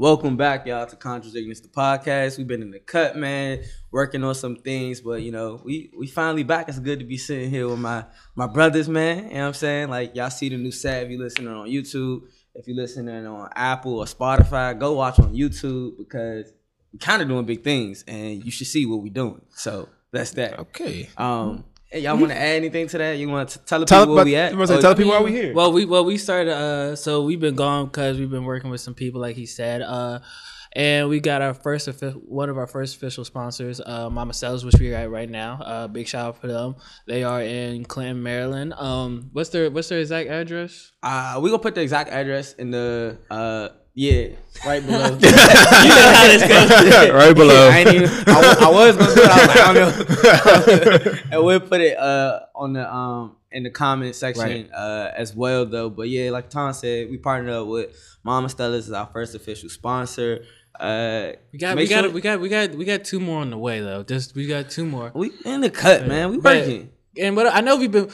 Welcome back, y'all, to Contradictness, the podcast. We've been in the cut, man, working on some things, but you know, we we finally back. It's good to be sitting here with my my brothers, man. You know what I'm saying? Like y'all see the new set if you listening on YouTube. If you're listening on Apple or Spotify, go watch on YouTube because we're kind of doing big things and you should see what we're doing. So that's that. Okay. Um, hey, y'all want to add anything to that? You want to tell the Tell, people where about, we at? Oh, you wanna say, Or- tell the people why we here. Well, we well we started. Uh, so we've been gone because we've been working with some people, like he said. Uh, and we got our first offi- one of our first official sponsors, uh, Mama Sellers, which we are at right now. Uh, big shout out for them. They are in Clinton, Maryland. Um, what's their what's their exact address? Uh, we gonna put the exact address in the uh yeah right below. You know how this goes. right below. I, ain't even, I, wa- I was gonna do it. I was like, I don't know. and we'll put it uh on the um in the comment section Right. uh as well though. But yeah, like Tom said, we partnered up with Mama Stella's is our first official sponsor. Uh, We got we Make got sure- we got we got we got two more on the way though. Just we got two more. we in the cut, man. We But- working. and what I know we've been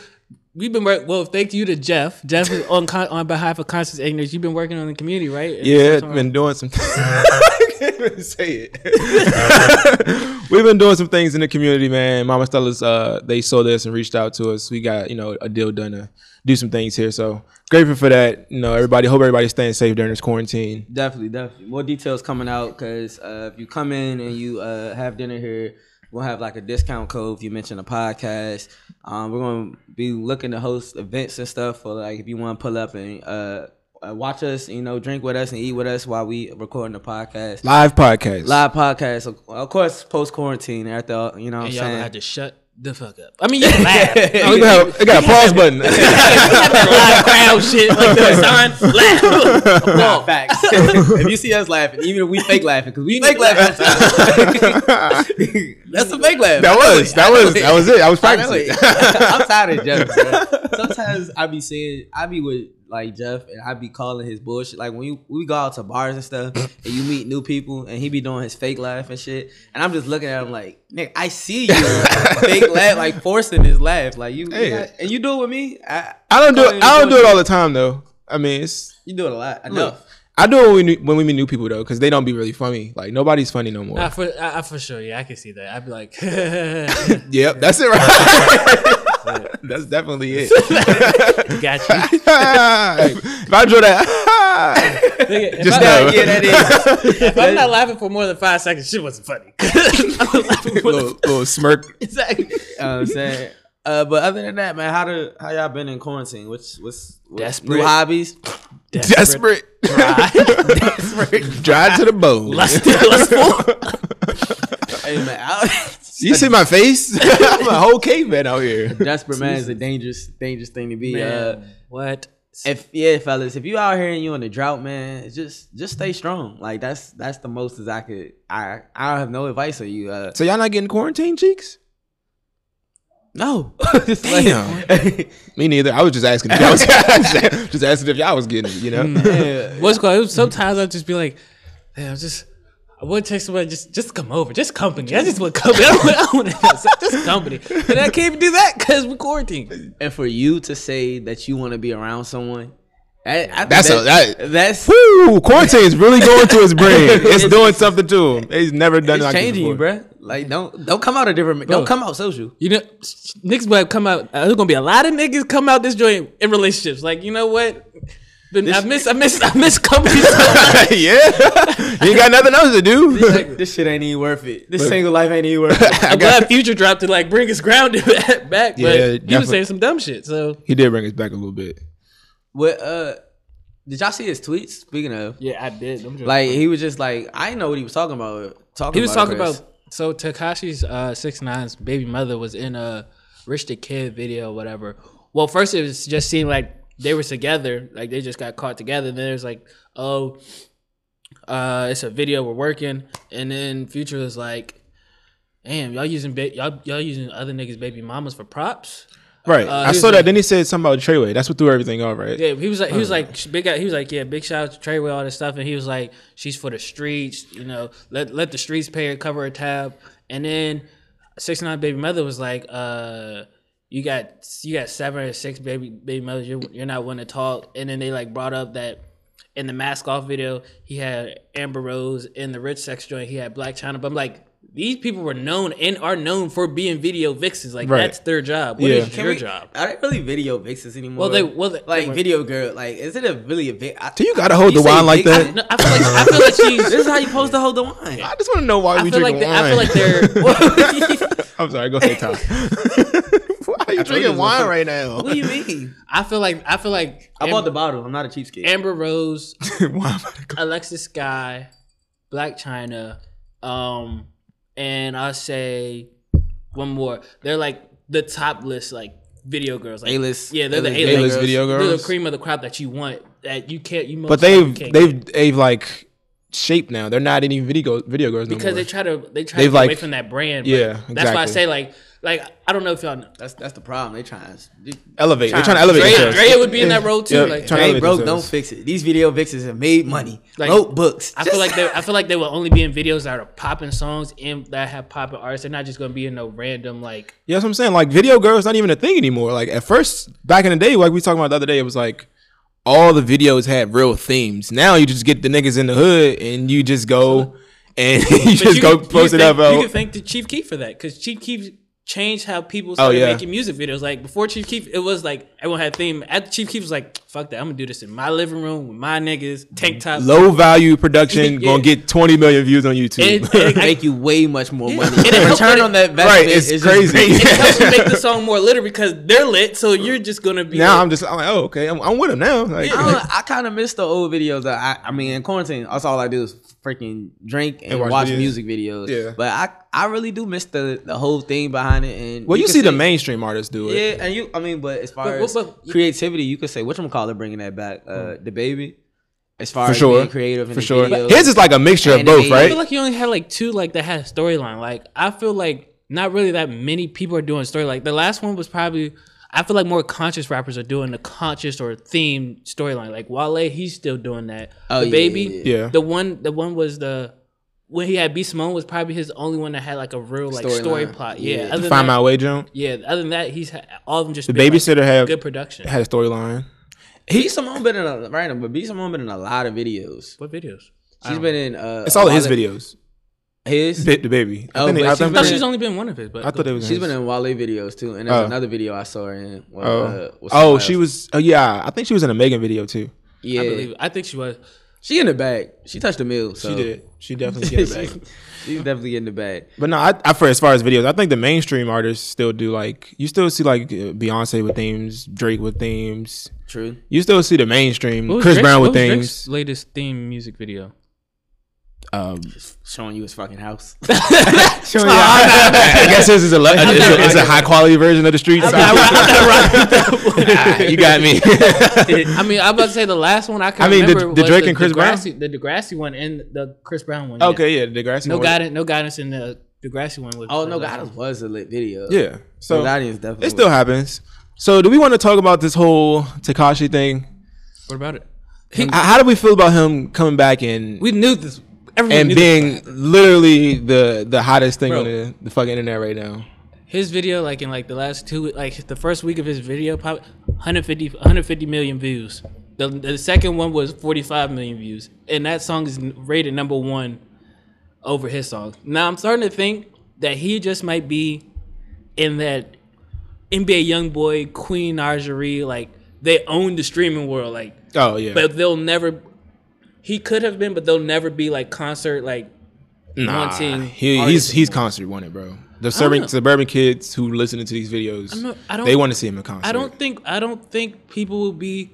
we've been work, well thank you to Jeff Jeff is on con, on behalf of Conscious Ignorance you've been working on the community right Yeah, Something- been doing some. I can't even say it. We've been doing some things in the community, man. Mama Stella's, uh, they saw this and reached out to us. We got you know a deal done to do some things here, so grateful for that. You know, everybody. Hope everybody's staying safe during this quarantine. Definitely, definitely. More details coming out because uh, if you come in and you uh, have dinner here, we'll have like a discount code if you mention a podcast. Um, we're going to be looking to host events and stuff for like if you want to pull up and uh, uh, watch us, you know, drink with us and eat with us while we recording the podcast. Live podcast. Live podcast, of- of course, post quarantine after all, you know what I'm and y'all saying. gonna have to shut the fuck up I mean you can laugh Oh, I we mean, gonna have- I got a pause button. that live crowd shit like that sign laugh Nah, facts. if you see us laughing, even if we fake laughing, because we fake laughing. That's a fake laugh. That was that was that was it. I was I know practicing. it. I'm tired of Jeff. bro. Sometimes I be saying I be with like Jeff and I be calling his bullshit. Like when you, we go out to bars and stuff and you meet new people and he be doing his fake laugh and shit. And I'm just looking at him like, Nick, I see you fake laugh, like forcing his laugh. Like you, you Hey. got- and you do it with me. I, I don't do Calling it it. I don't do it good. all the time though. I mean, it's you do it a lot. Look, Enough. I do it when we, new- when we meet new people though, because they don't be really funny. Like nobody's funny no more. I for I, I for sure yeah I can see that I'd be like got Yep, that's it. Right. that's definitely it. you if I draw that, Nigga, if Just I- know. yeah, that is. if I'm not laughing for more than five seconds shit wasn't funny little, little smirk. exactly You know what I'm saying. Uh, but other than that, man, how do how y'all been in quarantine? What's what's, what's Desperate. new hobbies? Desperate. Dry. Dry to the bone. lustful Hey man, I- You see my face? I'm a whole caveman out here. desperate man is a dangerous dangerous thing to be. Uh, Man, what if yeah, fellas, if you out here and you in the drought, man, just just stay strong. Like that's that's the most as I could. I I don't have no advice on you. Uh, So y'all not getting quarantine cheeks? no, Damn. Like, Me neither. I was just asking. If y'all was, just asking if y'all was getting it. You know. yeah. What's going? on? Sometimes I'll just be like, "Hey, I'm just." I would text somebody just just come over, just company. I just want company. I don't want, I don't want to just company, and I can't even do that because we're quarantined. And for you to say that you want to be around someone, that, I think That's a- that- that's Woo! Quarantine's really going to his brain. It's doing something to him. He's never done it's like this changing, before. you, bruh. Like don't don't come out a different. Don't come out social. You know, niggas might come out. Uh, there's gonna be a lot of niggas come out this joint in relationships. Like you know what? Been, I miss I miss I miss company. so much. yeah, you ain't got nothing else to do. Like, this shit ain't even worth it. This single life ain't even worth it. I'm glad Future dropped to like bring his grounded back, but Yeah, he definitely. was saying some dumb shit. So he did bring us back a little bit. What uh, did y'all see his tweets? Speaking of, yeah, I did. Like he was just like I didn't know what he was talking about. Talking He was about talking Chris. about so Takashi's uh six nine's baby mother was in a Rich the Kid video, whatever. Well, first it was just seemed like they were together, like they just got caught together. Then it was like, oh, uh, it's a video we're working, and then Future was like, damn, y'all using ba- y'all y'all using other niggas' baby mamas for props. Right, I he saw was that. Uh, like- Then he said something about Treyway. That's what threw everything off, right? Yeah, he was like, he Oh, was like, sh- big, he was like, yeah, big shout out to Treyway, all this stuff, and he was like, she's for the streets, you know, let let the streets pay her, cover her tab, and then six nine baby mother was like, uh, you got you got seven or six baby baby mothers, you're, you're not one to talk, and then they like brought up that in the mask off video, he had Amber Rose in the Rich Sex joint. He had Black China. But I'm like, these people were known and are known for being video vixens. Like Right. that's their job. What is Yeah. Can your we- job? Are they really video vixens anymore? Well, they well they, like video girl. Like, is it a really a big? I- Do you gotta hold You the say wine like big- that? No, I feel like I feel like she's. This is how you supposed to hold the wine. I just want to know why I we feel drink like they, wine. I feel like they're. I'm sorry. Go ahead, Tom. why are you drinking wine right now? What do you mean? I feel like I feel like I bought Amber, the bottle. I'm not a cheapskate. Amber Rose, why am I go- Alexis Sky, Black China, um, and I say one more. They're like the top list like video girls. Like, A-list. Yeah, they're the A-list A-list A-list video they're the girls? cream of the crop that you want that you can't. You most But probably they've can't get. they've they've like shaped now. They're not any video video girls no because more. they try to they try They've, to get away like- from that brand. but yeah, that's why I exactly. say like like I don't know if y'all. know. That's that's the problem. They trying. to- elevate. They're Trying- trying to elevate Drea- themselves. Drea would be in that role too, Yeah, trying like- to They elevate broke, don't themselves. fix it. These video vixens have made money, Like- wrote books. I feel Just- like they I feel like they will only be in videos that are popping songs and that have popping artists. They're not just gonna be in no random like Yeah, that's what I'm saying. Like video girls not even a thing anymore. Like at first, back in the day, like we talking about the other day, it was like all the videos had real themes. Now you just get the niggas in the hood and you just go and you But just go can- post you it can up. thank- You Out. can thank the Chief Keef for that because Chief Keef changed how people started Oh, yeah. making music videos. Like before Chief Keef, it was like everyone had a theme. After Chief Keef was like, "Fuck that, I'm gonna do this in my living room with my niggas, tank top." Low value production Yeah. gonna get 20 million views on YouTube. And- and- make you way much more money. And it helped- Return on that investment right, it's is just- crazy. It helps you make the song more lit because they're lit, so you're just gonna be. now like- I'm just I'm like, oh okay, I'm, I'm with him now. Like, I, don't- I kind of miss the old videos. That I, I mean, in quarantine, that's all I do is freaking drink and, And watch watch, videos. music videos. Yeah. but I, I really do miss the, the whole thing behind it. And well, you, can see the mainstream artists do it. Yeah, and you, I mean, but as far But- as but- but- creativity, you could say which call it bringing that back. Uh, the baby, as far For as sure, being creative and for sure. videos. His is like a mixture of both, Animated. I feel right? like you only had like two like that had a storyline. Like I feel like not really that many people are doing story. Like the last one was probably I feel like more conscious rappers are doing the conscious or themed storyline. Like Wale, he's still doing that. Oh, the yeah, baby, yeah, yeah. Yeah. The one, the one was the when he had B Simone was probably his only one that had like a real like story Storyline. plot. Yeah. Yeah, The other than Find that, my way, Joan. yeah. Other than that, he's ha- all of them just The been, like, babysitter have good production. had a storyline. B Simone been in a random, but B Simone been in a lot of videos. what videos? She's been in. Uh, It's all a his lot of- videos. His. Bit the baby. I Oh, think they- but she's I think I thought been they- she's only been one of it, but I thought it was. She's his. been in Wale videos too, and there's Oh. another video I saw her in. Well, Oh, uh, with oh, somebody she else. was. Oh, yeah, I think she was in a Megan video too. Yeah, I believe. I think she was. she in the bag. She touched the mill. So. She did. Oh. She definitely did She- back. She's definitely in the bag. But no, I, I for as far as videos, I think the mainstream artists still do like you still see like uh, Beyonce with themes, Drake with themes. True. You still see the mainstream Chris Brown with themes. latest theme music video. Um, Showing you his fucking house. I guess this is a lo- it's a, it's a high quality version of the streets. you got me. I mean, I'm about to say the last one I can I mean, the- remember the was Drake and Chris Brown? Degrassi- the Degrassi one and the Chris Brown one. yeah. okay, yeah, the grassy. no guidance, no guidance in the Degrassi one. Was oh no, God, it was a lit video. Yeah, so so the audience definitely. it still happens. So, do we want to talk about this whole Takashi thing? What about it? H- How do we feel about him coming back and We knew this. Everyone and knew being literally the the hottest thing Bro. on the, the fucking internet right now? this. his video, like in like the last two, like the first week of his video, pop 150, 150 million views. The, the second one was 45 million views, and that song is rated number one over his song. Now I'm starting to think that he just might be in that NBA YoungBoy, Queen Argerie, like they own the streaming world, like Oh yeah, but they'll never. He could have been, but they'll never be like concert like nah, wanting he, he's artists. he's concert wanted, bro. The know. suburban suburban kids who listening to these videos, not- I don't- they want to see him in concert. I don't think I don't think people will be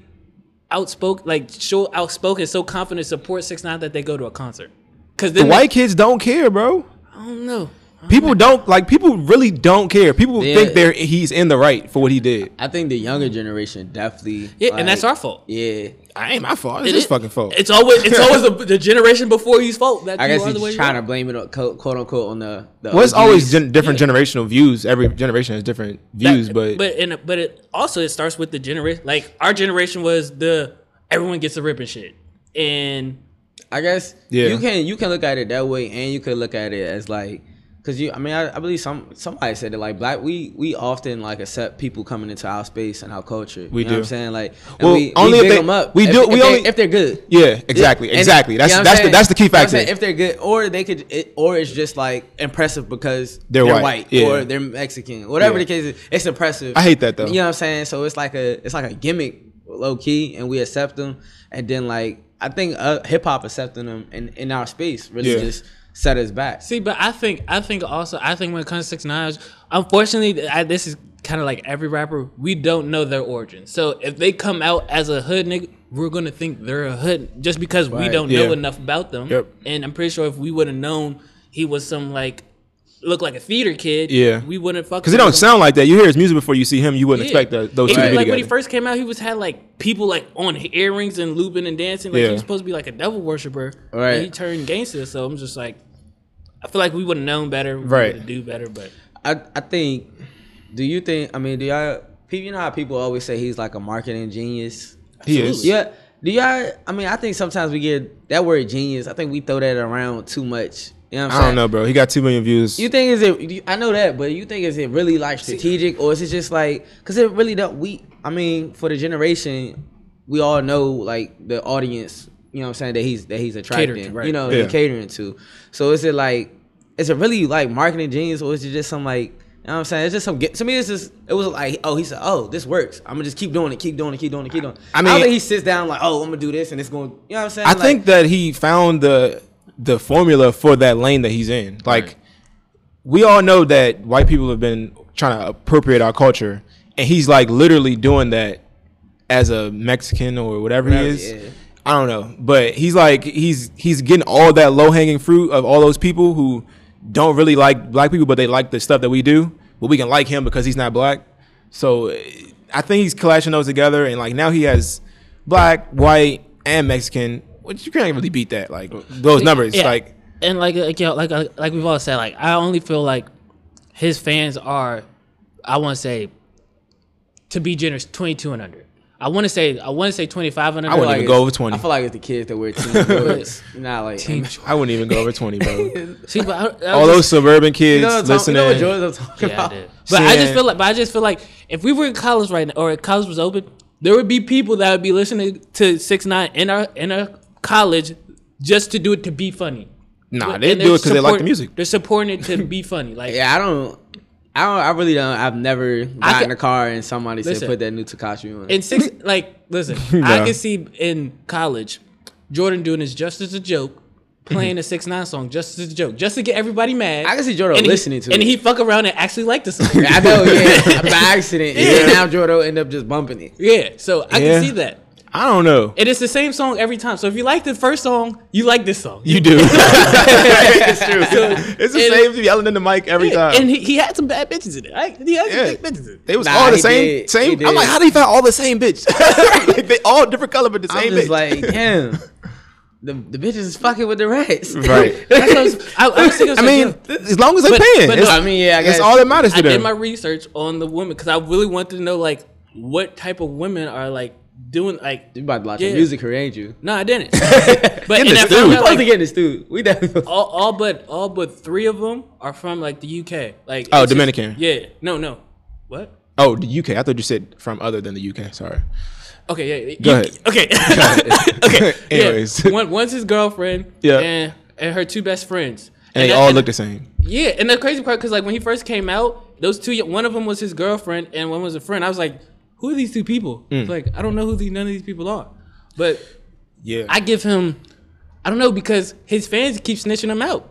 outspoken like show outspoken so confident support six nine that they go to a concert because The white kids don't care, bro. I don't know. People don't like. People really don't care. People Yeah. think they're he's in the right for what he did. I think the younger generation definitely. Yeah, and that's like, our fault. Yeah, I ain't my fault. It's It his is- fucking fault. It's always it's always the, the generation before you's fault that I you guess are the way he's you trying are. to blame it on quote, quote unquote on the. the well, it's OGs. always gen- different generational views. Every generation has different views, That- but, but in a, but it also it starts with the generation. Like our generation was the everyone gets a rip and shit, and I guess Yeah. you can you can look at it that way, and you can look at it as like, 'cause Cause you, I mean, I, I believe some somebody said that like black, we we often like accept people coming into our space and our culture. We you Know what do. I'm saying like, and Well, we, only we if big they- 'em up. we if, do- If we they- only- if they're good. Yeah, exactly, And- exactly. you That's know what I'm that's the saying? that's the key You know what I'm factor. saying? if they're good, or they could, it, or it's just like impressive because They're they're, white, white, yeah. or they're Mexican, whatever the Yeah. case is. It's impressive. I hate that, though. You know what I'm saying? So it's like a it's like a gimmick, low key, and we accept them. And then like I think uh, hip hop accepting them in, in our space really Yeah. just set us back. See, but I think I think also I think when it comes to Six Nine, unfortunately, I, this is kind of like every rapper. We don't know their origin, so if they come out as a hood nigga, we're gonna think they're a hood just because we Right. don't Yeah. know enough about them. Yep. And I'm pretty sure if we would have known he was some like look like a theater kid, Yeah. we wouldn't fuck. Because it don't sound like that. You hear his music before you see him. You wouldn't expect the, those It- two to be Like when he together. first came out, he was had like people like on earrings and looping and dancing. Like Yeah. he was supposed to be like a devil worshiper. Right. And he turned gangster. So I'm just like, I feel like we would have known better. we Right. would've Do better, but I I think. Do you think? I mean, do y'all? pe- You know how people always say he's like a marketing genius. he is. Yeah. Do y'all? I mean, I think sometimes we get that word genius. I think we throw that around too much. You know what I'm I saying? don't know, bro. He got two million views. You think is it? you- I know that, but you think is it really like strategic, or is it just like? Cause it really don't. We, I mean, for the generation, we all know like the audience. You know what I'm saying that he's that he's attracting. Catering to, right. You know, Yeah. he's catering to. So is it like? Is it really like marketing genius, or is it just some like? You know what I'm saying? It's just some. get- To me, it's just. It was like, oh, he said, oh, this works. I'm gonna just keep doing it, keep doing it, keep doing it, keep doing it. I I mean, I mean- don't think he sits down like, oh, I'm gonna do this, and it's going. to You know what I'm saying? I Like, think that he found the the formula for that lane that he's in. Like we all know that white people have been trying to appropriate our culture, and he's like literally doing that as a Mexican or whatever he Whatever, is. yeah. I don't know, but he's like he's he's getting all that low hanging fruit of all those people who don't really like black people, but they like the stuff that we do. But we can like him because he's not black. So eh, I think he's clashing those together, and like now he has black, white, and Mexican. Which you can't really beat that. Like those numbers. Yeah. Like and like like yo, like like we've all said, like I only feel like his fans are, I want to say, to be generous, 22 and under. I want to say I want to say 25 and under. wouldn't like even go it's- over 20. I feel like it's the kids that wear team shorts, not like Team I wouldn't even go over twenty, bro. See, but I, I all just- those suburban kids You know, what I'm talking- listening. you know what Jordan's talking Yeah, I about? did. But I just Saying- feel like, but I just feel like if we were in college right now, or if college was open, there would be people that would be listening to Six Nine in our in our college just to do it to be funny. nah, And they they're do it because they like the support- music. They're supporting it to be funny. Like, Yeah, I don't. I don't. I really don't. I've never got in ca- a car and somebody Listen. said put that new Takashi on. in it." six like listen No. i can see in college jordan doing this just as a joke playing a six nine song just as a joke just to get everybody mad I can see Jordan and he- listening to and it. he fuck around and actually like the song I know, yeah, by accident. And then now Jordan will end up just bumping it. yeah so Yeah. i can see that I don't know. and it's the same song every time so if you like the first song you like this song You do. it's true. It's the and- same thing yelling in the mic every time. and he, he had some bad bitches in it I, he had Yeah. some big bitches in it They was Nah, all the he same. did. He Same. did. I'm like, how do you find all the same bitch? like they all different color, but the I'm same just bitch. like, damn. The, the bitches is fucking with the rats. Right. That's what I, was, I, I was thinking, I mean, as long as they But- paying, but it's, no, I mean, yeah, I it's guess- all that matters I to them. did my research on the women because I really wanted to know like what type of women are like doing like. You about to watch Yeah. your music career, ain't you? No, I didn't. But In and the I studio. found We out, supposed like, to get in this dude. We definitely. all, all but all but three of them are from like the UK. Like Oh, it's just- Dominican. yeah. No, no. What? oh, the UK. I thought you said from other than the UK. Sorry. Okay, yeah. yeah, Go you- ahead. Okay. okay. yeah. Anyways. One, one's his girlfriend. Yeah. And, and her two best friends. And they that- all look the same. Yeah, and the crazy part, because like when he first came out, those two, one of them was his girlfriend and one was a friend. I was like, who are these two people? Mm. It's Like, I don't know who these none of these people are. But Yeah. I give him, I don't know, because his fans keep snitching him out.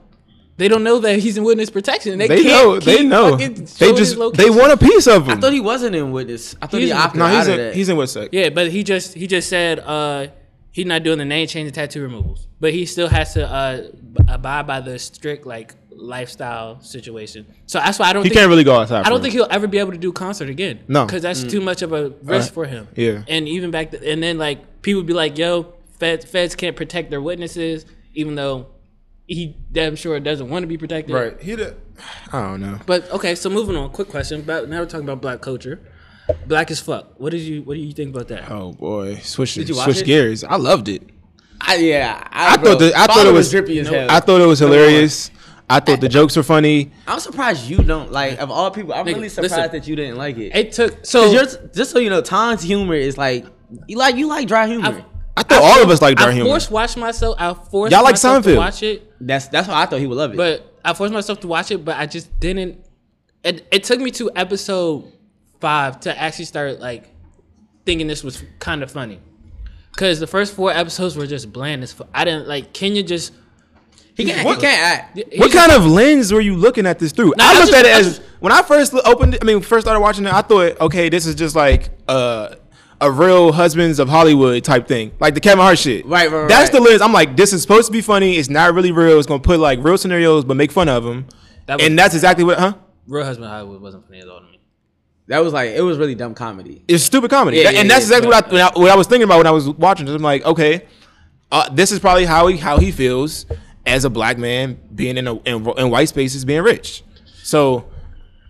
They don't know that he's in witness protection. They, they can't know. They keep know. fucking They showing his just they location. want a piece of him. I thought he wasn't in witness. I thought He's he in- opted no, he's out of in, that. he's in Woodstock. Yeah, but he just he just said uh he's not doing the name change and tattoo removals, but he still has to uh b- abide by the strict like lifestyle situation. So that's why I don't He think can't really go outside. I for don't him. think he'll ever be able to do concert again. No. Uh, because that's too much of a risk for him. Yeah. and even back th- and then like people be like, "Yo, feds feds can't protect their witnesses," even though he damn sure doesn't want to be protected. He. The, I don't know. But okay, so moving on. Quick question. About now we're talking about black culture. Black as fuck. What did you What do you think about that? Oh boy, switch you watch switch it? gears. I loved it. I, yeah, I, I thought bro, the- I thought Father it was- drippy as hell. I thought it was hilarious. I thought the jokes were funny. I'm surprised you don't like of all people. I'm Nigga, really surprised listen. that you didn't like it. It took 'Cause so you're- just so you know, Tom's humor is like you like you like dry humor. I- I thought all of us liked our I humor. forced watch myself. I forced Y'all like myself Seinfeld. to watch it, that's that's why I thought he would love it. but I forced myself to watch it, but I just didn't. It, it took me to episode five to actually start like thinking this was kind of funny, because the first four episodes were just bland. As fu- I didn't like Kenya just. he can't What- he can't act. he What just- kind of lens were you looking at this through? Nah, I I looked just- at it I as just- when I first lo- opened, it, I mean, first started watching it. I thought, okay, this is just like uh, a real husbands of Hollywood type thing, like the Kevin Hart shit. Right, right, right. That's the lens. I'm like, this is supposed to be funny. It's not really real. It's gonna put like real scenarios, but make fun of them. That was- and that's exactly what, huh? Real Husband Hollywood wasn't funny at all to me. That was like it was really dumb comedy. It's stupid comedy, Yeah, That- yeah, and that's yeah, exactly what I, when I what I was thinking about when I was watching. this. I'm like, okay, uh, this is probably how he how he feels as a black man being in a in, in white spaces being rich. So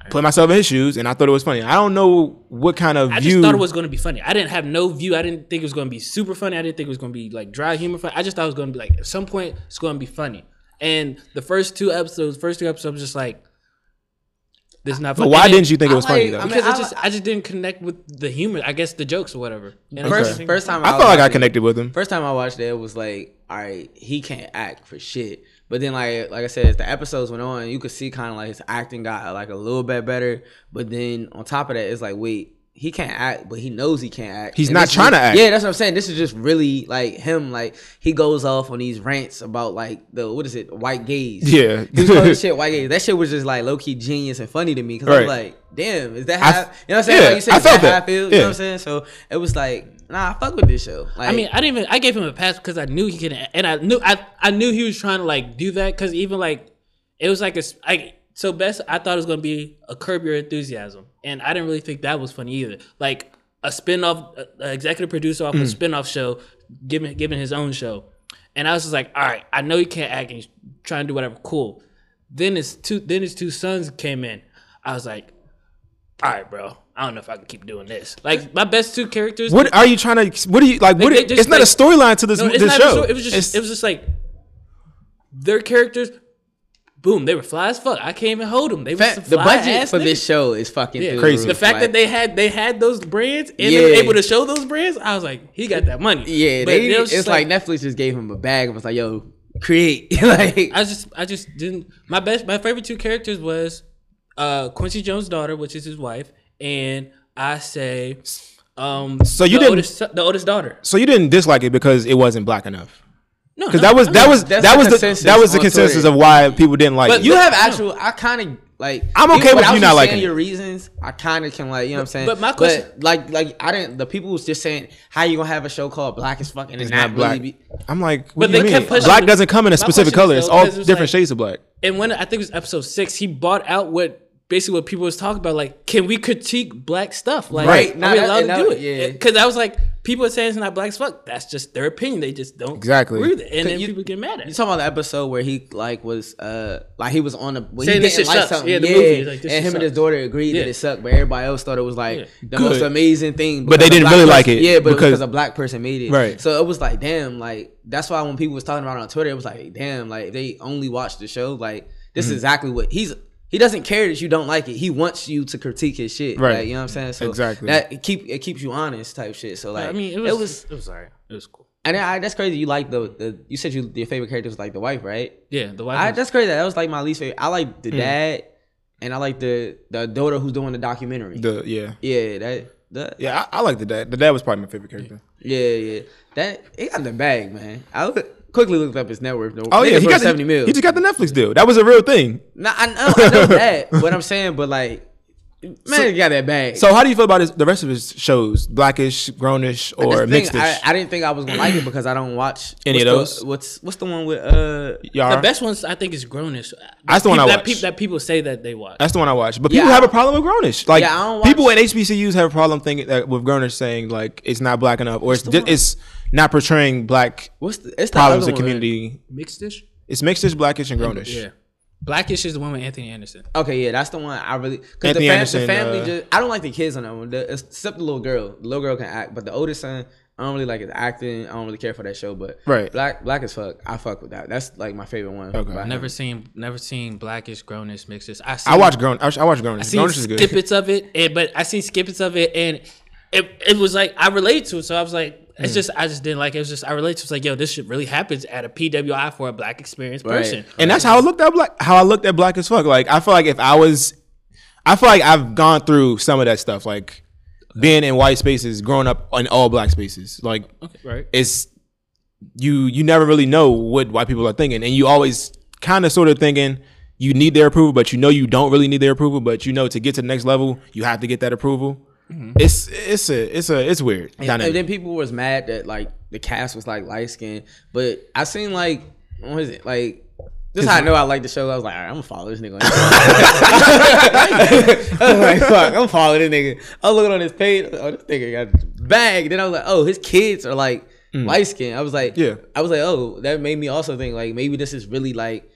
put myself in his shoes, and I thought it was funny. I don't know what kind of I just view. thought it was going to be funny. I didn't have no view. I didn't think it was going to be super funny. I didn't think it was going to be like dry humor funny. I just thought it was going to be like at some point it's going to be funny. And the first two episodes, first two episodes, just like this is not. But funny. why And then- didn't you think it was funny like- though? I mean, Because I, just I just didn't connect with the humor. I guess the jokes or whatever. And I First just- first time I felt like I watched it- connected with him. First time I watched it, it was like, all right, he can't act for shit. But then, like, like I said, as the episodes went on, you could see kind of like his acting got like a little bit better. But then on top of that, it's like, wait, he can't act, but he knows he can't act. He's And not this is- trying to act. Yeah, that's what I'm saying. This is just really like him. Like he goes off on these rants about like the what is it, white gays. Yeah. he was calling shit white gays. That shit was just like low key genius and funny to me because I was Right. like, damn, is that I- how? you know what I'm saying? yeah, like you said, I is that felt how I that. feel. You know Yeah. what I'm saying? So it was like, nah, I fuck with this show. Like, I mean, I didn't even. I gave him a pass because I knew he could, and I knew I I knew he was trying to like do that because even like it was like a s- like so best. I thought it was gonna be a Curb Your Enthusiasm, and I didn't really think that was funny either. Like a spinoff, a, a executive producer off a spinoff show, giving giving his own show, and I was just like, all right, I know he can't act and he's trying to do whatever. Cool. Then his two then his two sons came in. I was like, all right, bro. I don't know if I can keep doing this. Like my best two characters. What are you trying to? What are you like? What? they just, it's not a like- storyline to this, No, it's this not show. even story. It was just It's- it was just like their characters. Boom, they were fly as fuck. I can't even hold them. They were Fa- some the fly budget ass for niggas. this show is fucking Yeah. through Crazy. The roof, fact like- that they had they had those brands and they were Yeah. able to show those brands, I was like, he got that money. yeah, but they, it was it's just like, Netflix just gave him a bag and was like, "Yo, create." like, I just I just didn't. My best my favorite two characters was uh Quincy Jones' daughter, which is his wife, and I say, um, So you the didn't- oldest, the oldest daughter. so you didn't dislike it because it wasn't black enough. No, Because no, that was I that mean, was that's that the was the consensus that was the on Twitter. consensus of why people didn't like But it. you have no. actual. I kind of like. I'm okay even with without you not liking saying it. your reasons. I kind of can like you know what I'm saying. but my question- like, like I didn't. The people was just saying how you gonna have a show called Black as Fuck and it's not, really be. I'm like, what But do you they mean? kept pushing Black me- doesn't come in a my specific question color. was It's though, all because it was different like- shades of black. and when I think it was episode six, he brought out what basically what people was talking about. Like, can we critique black stuff? Like, Right. are Nah, we that- allowed to and do that- it? yeah. Because I was like, people are saying it's not black as fuck. That's just their opinion. They just don't Exactly. agree with it, and then You- people get mad at. You it. talking about the episode where he like was uh like he was on the when Saying he this didn't shit like sucks. something Yeah, yeah, the movie is like, this and shit him and his sucks. daughter agreed Yeah. that it sucked but everybody else thought it was like Yeah. the most Good. amazing thing But they because a didn't black really person- like it yeah but because- because, because a black person made it Right. so it was like damn like that's why when people was talking about it on Twitter it was like damn like they only watched the show like this is Mm-hmm. exactly what he's he doesn't care that you don't like it he wants you to critique his shit Right. like, you know what I'm saying so Exactly. that it keep it keeps you honest type shit so like I mean, it was, it was alright. It was cool. and I, that's crazy you like the, the you said you your favorite character was like the wife right Yeah, the I wife. was- that's crazy. That was like my least favorite. I like Mm. the dad, and I like the the daughter who's doing the documentary. The yeah, yeah, that. that yeah. yeah, I, I like the dad. The dad was probably my favorite character. yeah, That it got the bag, man. I look, quickly looked up his net worth. The Oh nigga yeah, he broke got seventy the, mil. He just got the Netflix deal. That was a real thing. nah, I know, I know that. What I'm saying, but like, man, he got that bag. So how do you feel about his, the rest of his shows? Blackish, grownish, or That's the thing, mixedish? I, I didn't think I was gonna like it because I don't watch Any of what's the- those? what's what's the one with uh? Y'all, the best ones I think is Grownish. That's the one I that watch. peop- that people say that they watch. that's the one I watch. But Yeah, people I have a don't- problem with grownish. Like Yeah, I don't watch- people at HBCUs have a problem thinking that with grownish saying like it's not black enough or it's the di- one? it's not portraying black What's the it's the problems other in one. community. Mixed dish. It's mixedish, blackish, and grownish. Yeah. Blackish is the one with Anthony Anderson. Okay, yeah, that's the one I really because the, Anthony fam- Anderson, the family uh, just I don't like the kids on that one, the, except the little girl. The little girl can act, but the oldest son, I don't really like his acting. I don't really care for that show, but Right. Black Black as fuck. I fuck with that. That's like my favorite one. Okay. by him. Never seen, never seen blackish grownish mixes. I, I seen- watch grown. I watch- I watch grown. I seen Grown is good. snippets of it, and, but I seen snippets of it, and it, it was like I relate to it. So I was like, Mm. it's just I just didn't like it. It was just I relate to. it. It's like yo, this shit really happens at a PWI for a black experienced Right. person. and that's how I looked at black. How I looked at black as fuck. Like I feel like if I was, I feel like I've gone through some of that stuff. Like being in white spaces, growing up in all black spaces. Like Right. it's you. You never really know what white people are thinking, and you always kind of sort of thinking you need their approval, but you know you don't really need their approval. But you know to get to the next level, you have to get that approval. Mm-hmm. It's it's a it's a it's weird. And, dynamic. then people was mad that like the cast was like light skinned. But I seen like what is it? Like this is how I know I like the show. I was like, all right, I'm gonna follow this nigga. on Instagram. I was like, fuck, I'm following this nigga. I was looking on his page. Oh, this nigga got a bag. Then I was like, oh, his kids are like light skinned. I was like, Yeah. I was like, oh, that made me also think like maybe this is really like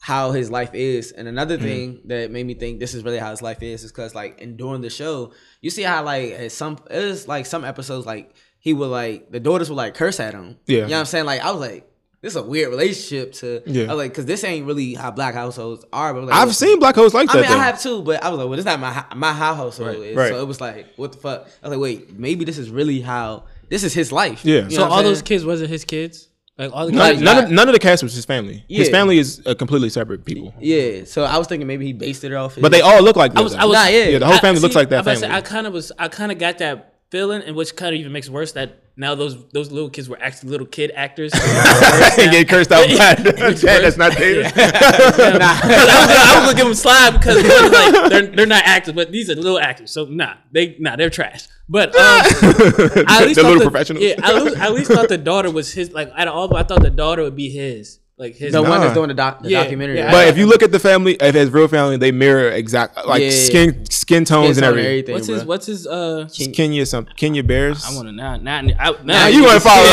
how his life is. And another Mm-hmm. thing that made me think this is really how his life is is because like in during the show, you see how like at some it was like some episodes like he would like the daughters would like curse at him. Yeah. you know what I'm saying. Like I was like. This is a weird relationship to, Yeah. I was like, because this ain't really how black households are. But I'm like, I've seen black hoes like I that. mean, though. I have too, but I was like, well, this not my ho- my how household is. Right. So it was like, what the fuck? I was like, wait, maybe this is really how this is his life. Yeah. You So know So what all I'm those saying? kids wasn't his kids. Like all the None, Like, kids. none, of, not- none of the cast was his family. His Yeah. family is a completely separate people. Yeah. So I was thinking maybe he based it off. His, But they all look like that. I was, I was, Nah, yeah. yeah, the whole I- family I- looks see, like that I was about family. to say, I kind of was. I kind of got that feeling, and which kind of even makes worse that now those those little kids were actually little kid actors. and get cursed out Yeah. black. Dad, that's not Davis. nah, Because I was, gonna- I was gonna give them slide because it was like, they're they're not actors, but these are little actors. So nah, they nah they're trash. But um, I the at least the thought little the- professionals. Yeah, I at least, I at least thought the daughter was his. Like out of all, of them, I thought the daughter would be his. Like his. the one Nah. that's doing the, doc, the Yeah, documentary. yeah, I- but if you look at the family, if his real family, they mirror exact like Yeah. skin skin tones It's and on everything. everything. what's his? bruh. What's his? Uh, It's Kenya some Kenya Bears. I want to now. Now, now, Now you want to follow?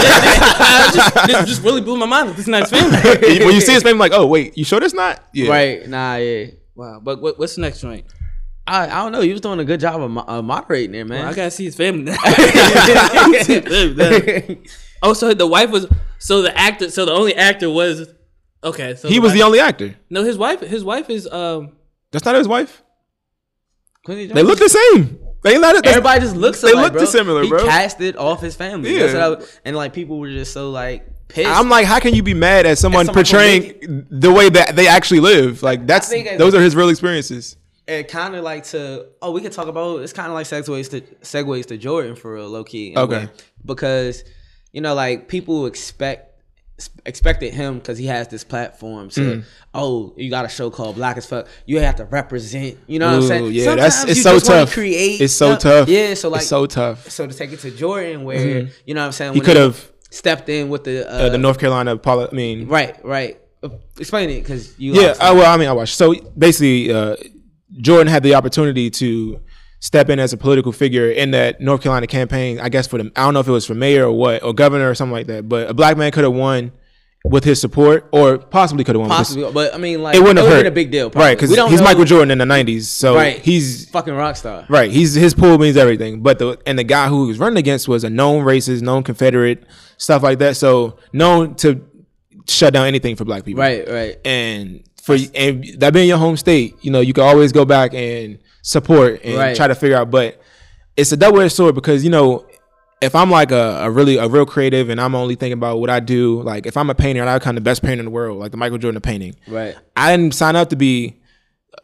just, this just really blew my mind. that This is not his family. when you see his family, like, oh wait, you sure that's not? Yeah. Right. Nah. Yeah. Wow, Uh, but what, what's the next joint? I, I don't know. He was doing a good job of mo- uh, moderating there, man. I gotta see his family. now. oh, so the wife was so the actor. So the only actor was okay. So He was the wife- only actor. no. His wife. His wife is um. That's not his wife. Quincy Jones? They look the same. They not. that's- Everybody just looks. They alike, looked bro. similar, he bro. casted off his family. Yeah. That's what I was- and like people were just so like pissed. I'm like, how can you be mad at someone, someone for portraying the way that they actually live? Like that's think I- those are his real experiences. it kind of like to oh we could talk about it's kind of like segues to segues to Jordan for real low key in a Okay. way. because you know like people expect expected him because he has this platform to Mm. oh you got a show called Black as Fuck you have to represent you know what I'm Ooh, saying yeah, that's- Sometimes it's you so just wanna tough. create It's so stuff. tough. yeah so It's like so tough. so to take it to Jordan where you know what I'm saying He when they could've- stepped in with the uh, Uh, the North Carolina. Poli- I mean, right right Uh, explain it because you yeah. I, well, I mean, I watched. So basically, uh, Jordan had the opportunity to step in as a political figure in that North Carolina campaign. I guess for the I don't know if it was for mayor or what or governor or something like that. But a black man could have won with his support, or possibly could have won. with his- possibly but I mean like it wouldn't have would've hurt. been a big deal right? probably. Because We don't he's know- Michael Jordan in the '90s, so Right. he's fucking rock star. Right. He's his pool means everything. But the and the guy who he was running against was a known racist, known Confederate, stuff like that. So known to shut down anything for black people. Right, right. And for and that being your home state, you know, you can always go back and support and Right. try to figure out. But it's a double edged sword because, you know, if I'm like a, a really a real creative and I'm only thinking about what I do, like if I'm a painter and I become the best painter in the world, like the Michael Jordan of painting, Right. I didn't sign up to be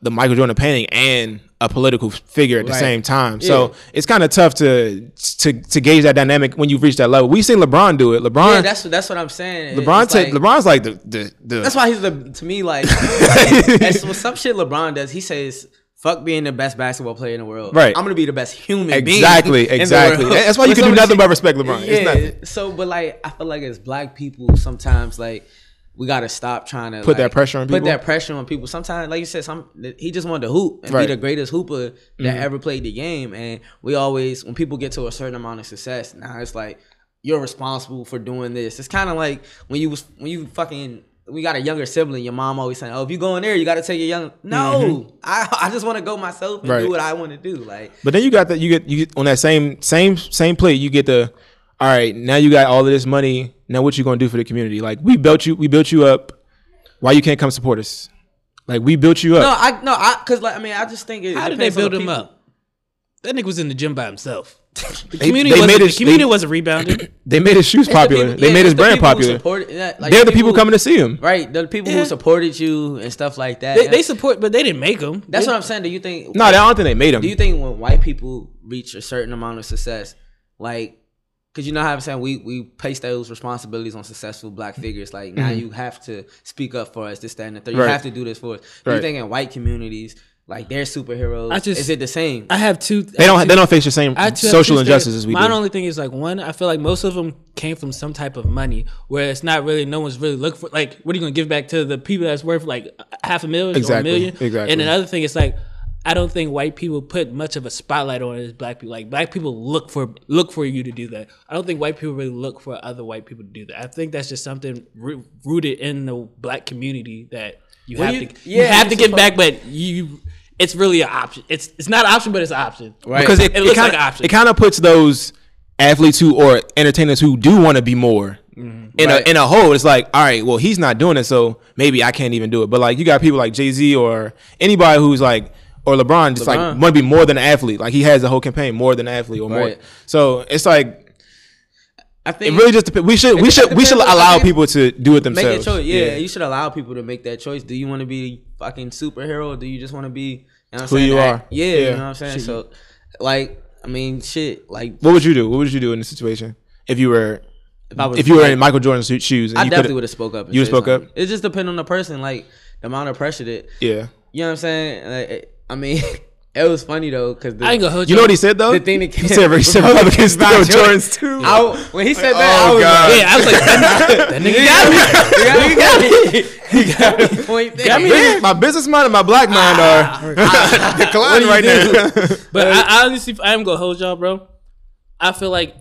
the Michael Jordan of painting and a political figure at the Right. same time. So it's kind of tough to to to gauge that dynamic when you reach that level. We've seen LeBron do it. LeBron, Yeah, that's that's what I'm saying. It- LeBron, it's take like- LeBron's like the the, the That's why he's the to me like that's what some shit LeBron does. He says. Fuck being the best basketball player in the world. Right. I'm gonna be the best human being. exactly in the exactly. world. That's why But you can some do of the nothing shit- but respect LeBron. It's nothing. So, but like, I feel like as black people, sometimes like we gotta stop trying to Put that like, pressure on Put people? that pressure on people. Sometimes, like you said, some he just wanted to hoop and Right. Mm-hmm. be the greatest hooper that ever played the game. And we always, when people get to a certain amount of success, now it's like you're responsible for doing this. It's kind of like when you was when you fucking. We got a younger sibling. Your mom always saying, "Oh, if you go in there, you got to take your young." No, I I just want to go myself and Mm-hmm. Right. do what I want to do. Like But then you got that you get you get on that same same same plate you get the all right, now you got all of this money. Now what you gonna do for the community? Like we built you, we built you up. Why you can't come support us? Like we built you No, up. I no, I because like I mean, I just think it. How did they depends on build the him people. up? That nigga was in the gym by himself. The They- community, they wasn't, made the us- community they- wasn't rebounding. They made his It's shoes the popular. people- they yeah, made his it's the brand people who popular. supported- yeah, like, They're the people, who- coming to see him. right? The people Yeah. who supported you and stuff like that. They, they support, but they didn't make him. That's they, what I'm saying. Do you think? No, I don't think they made him. Do you think when white people reach a certain amount of success, like, because you know how I'm saying we we place those responsibilities on successful black figures. Like now you have to speak up for us, this, that, and the third. You Mm-hmm. Right. have to do this for us. Do Right. you think in white communities, like they're superheroes, I just- is it the same? I have two. they don't. They don't face the same I too- social I too think- injustices we do. My only thing is like one. I feel like most of them came from some type of money where it's not really no one's really looking for. Like, what are you gonna give back to the people that's worth like half a million Exactly, or a million? exactly. And another thing is like. I don't think white people put much of a spotlight on it as black people. Like black people look for look for you to do that. I don't think white people really look for other white people to do that. I think that's just something roo- rooted in the black community that you Well, have you- to you yeah, have to you're give back, but you it's really an option. It's it's not an option, but it's an option. Right. because it, It looks kind like an of option. it kind of puts those athletes who or entertainers who do want to be more in Mm-hmm. Right. a in a hole. It's like, all right, well, he's not doing it, so maybe I can't even do it. But like, you got people like Jay Z or anybody who's like. Or LeBron just like LeBron. want to be more than an athlete. Like he has the whole campaign more than an athlete or more. Right. So it's like I it think really just depends. We should we just should we should depends on- allow I mean, people to do it make a themselves. choice. Yeah, you should allow people to make that choice. Do you want to be fucking superhero? Or do you just want to be you know what I'm Who saying? you Act- are. Yeah, Yeah. you know what I'm saying. So, like, I mean, shit. Like, What would you do? What would you do in this situation if you were if, I was, if you were in Michael Jordan's shoes? And I you definitely would could've- have spoke up. and you would've said spoke up? something. It just depends on the person. Like the amount of pressure that Yeah. you know what I'm saying. Like, it- I mean, it was funny though because I ain't gonna hold You know what he said though? The thing that he said, he said Republicans throw Jordans too. I w- when he said that, Oh, I was God. like, Yeah, I was like, that, you that nigga got me. got me. You got me. Point there. I mean, my business mind and my black mind are declining right now. But I, I honestly, I am gonna hold y'all, bro. I feel like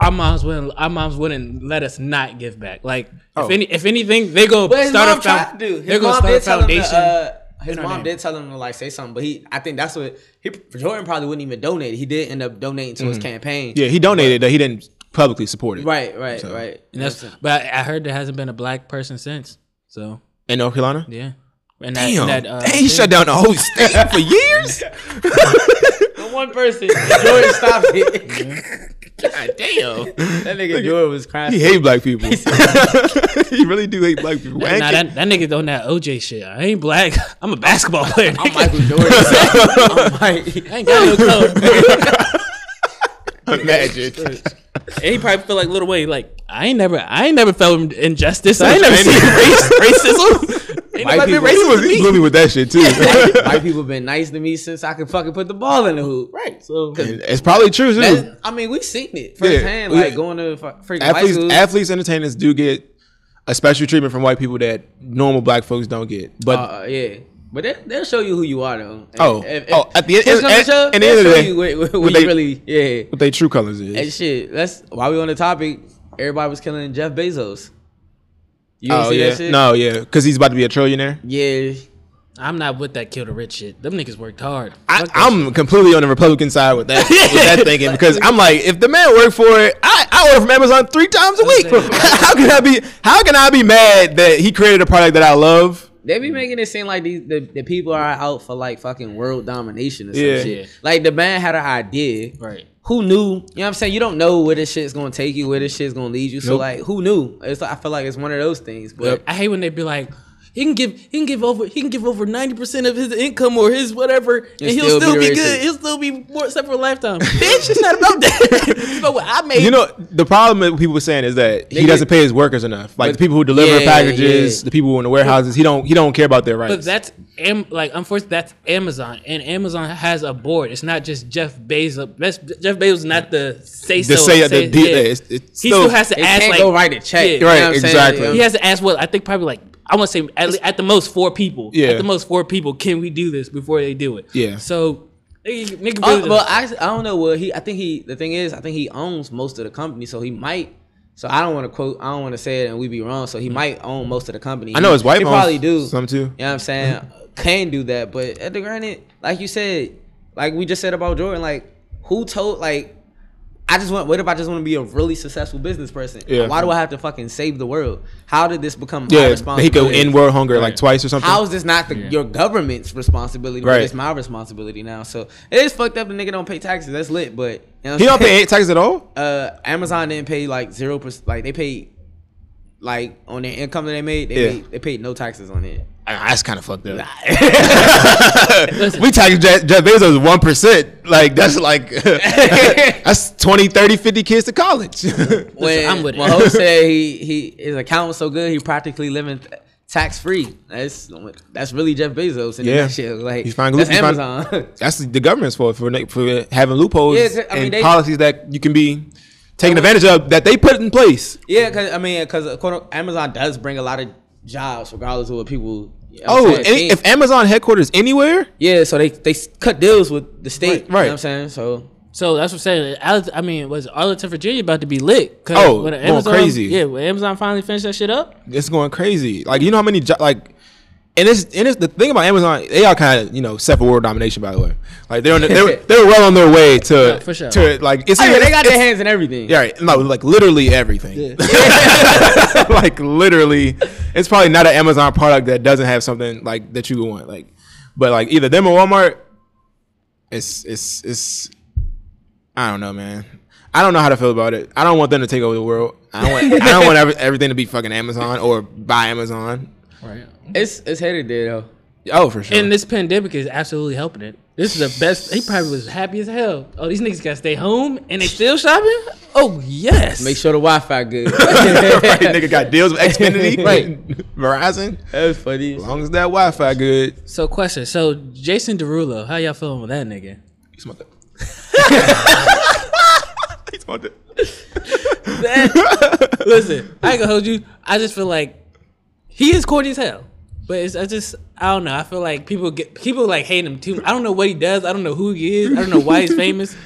our moms wouldn't, our moms wouldn't let us not give back. Like, Oh. if any, if anything, they go But his start mom a tried found, to do. They're His gonna mom start a did tell him to. foundation. Uh, his her name. mom did tell him to like say something, but he, I think that's what he Jordan probably wouldn't even donate. He did end up donating to his Mm-hmm. campaign. yeah, he donated that he didn't publicly support it. Right, right, right. and that's, but I I heard there hasn't been a black person since. So In North Carolina? yeah, and that, Damn. that, uh, Dang, he thing. shut down the whole state for years? The one person Jordan stopped it. God damn. that nigga Jordan was crying. He hate black people. he really do hate black people. Nah, that, that nigga on that OJ shit. I ain't black. I'm a basketball player. I'm nigga. Michael Jordan. I'm I like, ain't got no color. Imagine. And he probably feel like Little Wayne. Like I ain't never, I ain't never felt injustice. I ain't never seen race, racism. Ain't White nobody been people- he, racist was, to he me. blew me with that shit too. white people been nice to me since I could fucking put the ball in the hoop. Right. So it's probably true too. that's- I mean, we seen it firsthand. we- Like going to fu- freaking high athletes, school. athletes, entertainers do get a special treatment from white people that normal black folks don't get. But Uh, yeah. But they, they'll show you who you are, though. Oh. Oh, at the end- push comes at- to shove, at the they'll end of the show day, you where, where, where what you they- really, yeah. what they true colors is. And shit, that's why we on the topic. Everybody was killing Jeff Bezos. You didn't oh see yeah, that shit? no yeah, because he's about to be a trillionaire. Yeah. I'm not with that kill the rich shit. Them niggas worked hard. I, I'm completely on the Republican side with that, with that thinking because I'm like, if the man worked for it, I, I order from Amazon three times a week. how can I be? How can I be mad that he created a product that I love? They be making it seem like these the, the people are out for like fucking world domination or some Yeah. shit. Yeah. Like the man had an idea. Right. Who knew? You know what I'm saying? You don't know where this shit's gonna take you, where this shit's gonna lead you. So Nope. like who knew? It's I feel like it's one of those things. But Yep. I hate when they be like, he can give he can give over he can give over ninety percent of his income or his whatever, and, he'll still still, be be, racist. good. He'll still be more except for a lifetime. Bitch, it's not about that. it's about what I made. You know, the problem that people were saying is that he get- doesn't pay his workers enough. Like the people who deliver Yeah, packages, yeah. the people in the warehouses, he don't he don't care about their rights. but that's am like unfortunately that's Amazon, and Amazon has a board. It's not just Jeff Bezos. That's, Jeff Bezos is not the say so. the say, the, the, yeah. it's, it's he still, still has to it ask can't like go write a check. Yeah. You know Right, what I'm saying? exactly. Yeah. He has to ask what I think probably like I want to say at, le- at the most four people. Yeah. At the most four people, can we do this before they do it? Yeah. So nigga, nigga Oh, really well, just- I, I don't know what he. I think he. The thing is, I think he owns most of the company, so he might. So I don't want to quote. I don't want to say it, and we be wrong. So he might own most of the company. I know his wife He owns probably do some too. You know what I'm saying? Can do that, but at the granted, like you said, like we just said about Jordan, like who told like. I just want. What if I just want to be a really successful business person? Yeah. Why do I have to fucking save the world? How did this become my Yeah, he go responsibility? in world hunger like twice or something. How is this not the, your government's responsibility? Right. Right. But it's my responsibility now. So it is fucked up. The nigga don't pay taxes. That's lit. But you know he don't pay taxes at all. uh, Amazon didn't pay like zero percent. Like they paid like on their income that they made. They Yeah. made, they paid no taxes on it. I know, Ah, that's kind of fucked up. we tax Jeff, Jeff Bezos one percent. Like that's like that's 20, 30, 50 kids to college. When, I'm with it. when Ho said he he his account was so good, he practically living tax free. That's that's really Jeff Bezos and Yeah. that shit. Like He's finding that's he's finding- Amazon. that's the government's fault for for having loopholes Yeah, 'cause, I mean, and they- policies that you can be taken advantage of that they put in place. yeah, cause I mean, cause uh, quote, Amazon does bring a lot of jobs, regardless of what people. you know what I'm Oh, saying, any, think. if Amazon headquarters anywhere, yeah, so they they cut deals with the state. Right, right. You know what I'm saying so. So that's what I'm saying. Arlet- I mean, was Arlington, Virginia about to be lit? 'Cause Oh, going crazy. Yeah, when Amazon finally finished that shit up, it's going crazy. Like you know how many jo- like. And it's, and it's the thing about Amazon, they are kind of you know set for world domination. By the way, like they're on the, they're, they're well on their way to for sure. to like it's Oh, yeah, it's- they got their hands in everything. Yeah, right. no, like literally everything. like literally, it's probably not an Amazon product that doesn't have something like that you would want. Like, but like either them or Walmart, it's it's it's. I don't know, man. I don't know how to feel about it. I don't want them to take over the world. I don't want. I don't want every, everything to be fucking Amazon or by Amazon. right? It's it's headed there though. Oh, for sure. And this pandemic is absolutely helping it. This is the best. He probably was happy as hell. Oh, these niggas gotta stay home and they still shopping. Oh yes. Make sure the Wi Fi good. right, nigga got deals with Xfinity, Right. Verizon. That's funny. As long as that Wi-Fi good, So question. So Jason Derulo, how y'all feeling with that nigga? He's my dick. He's my dick. Listen, I ain't gonna hold you. I just feel like he is corny as hell. But it's I just I don't know. I feel like people get people like hate him too. I don't know what he does. I don't know who he is. I don't know why he's famous.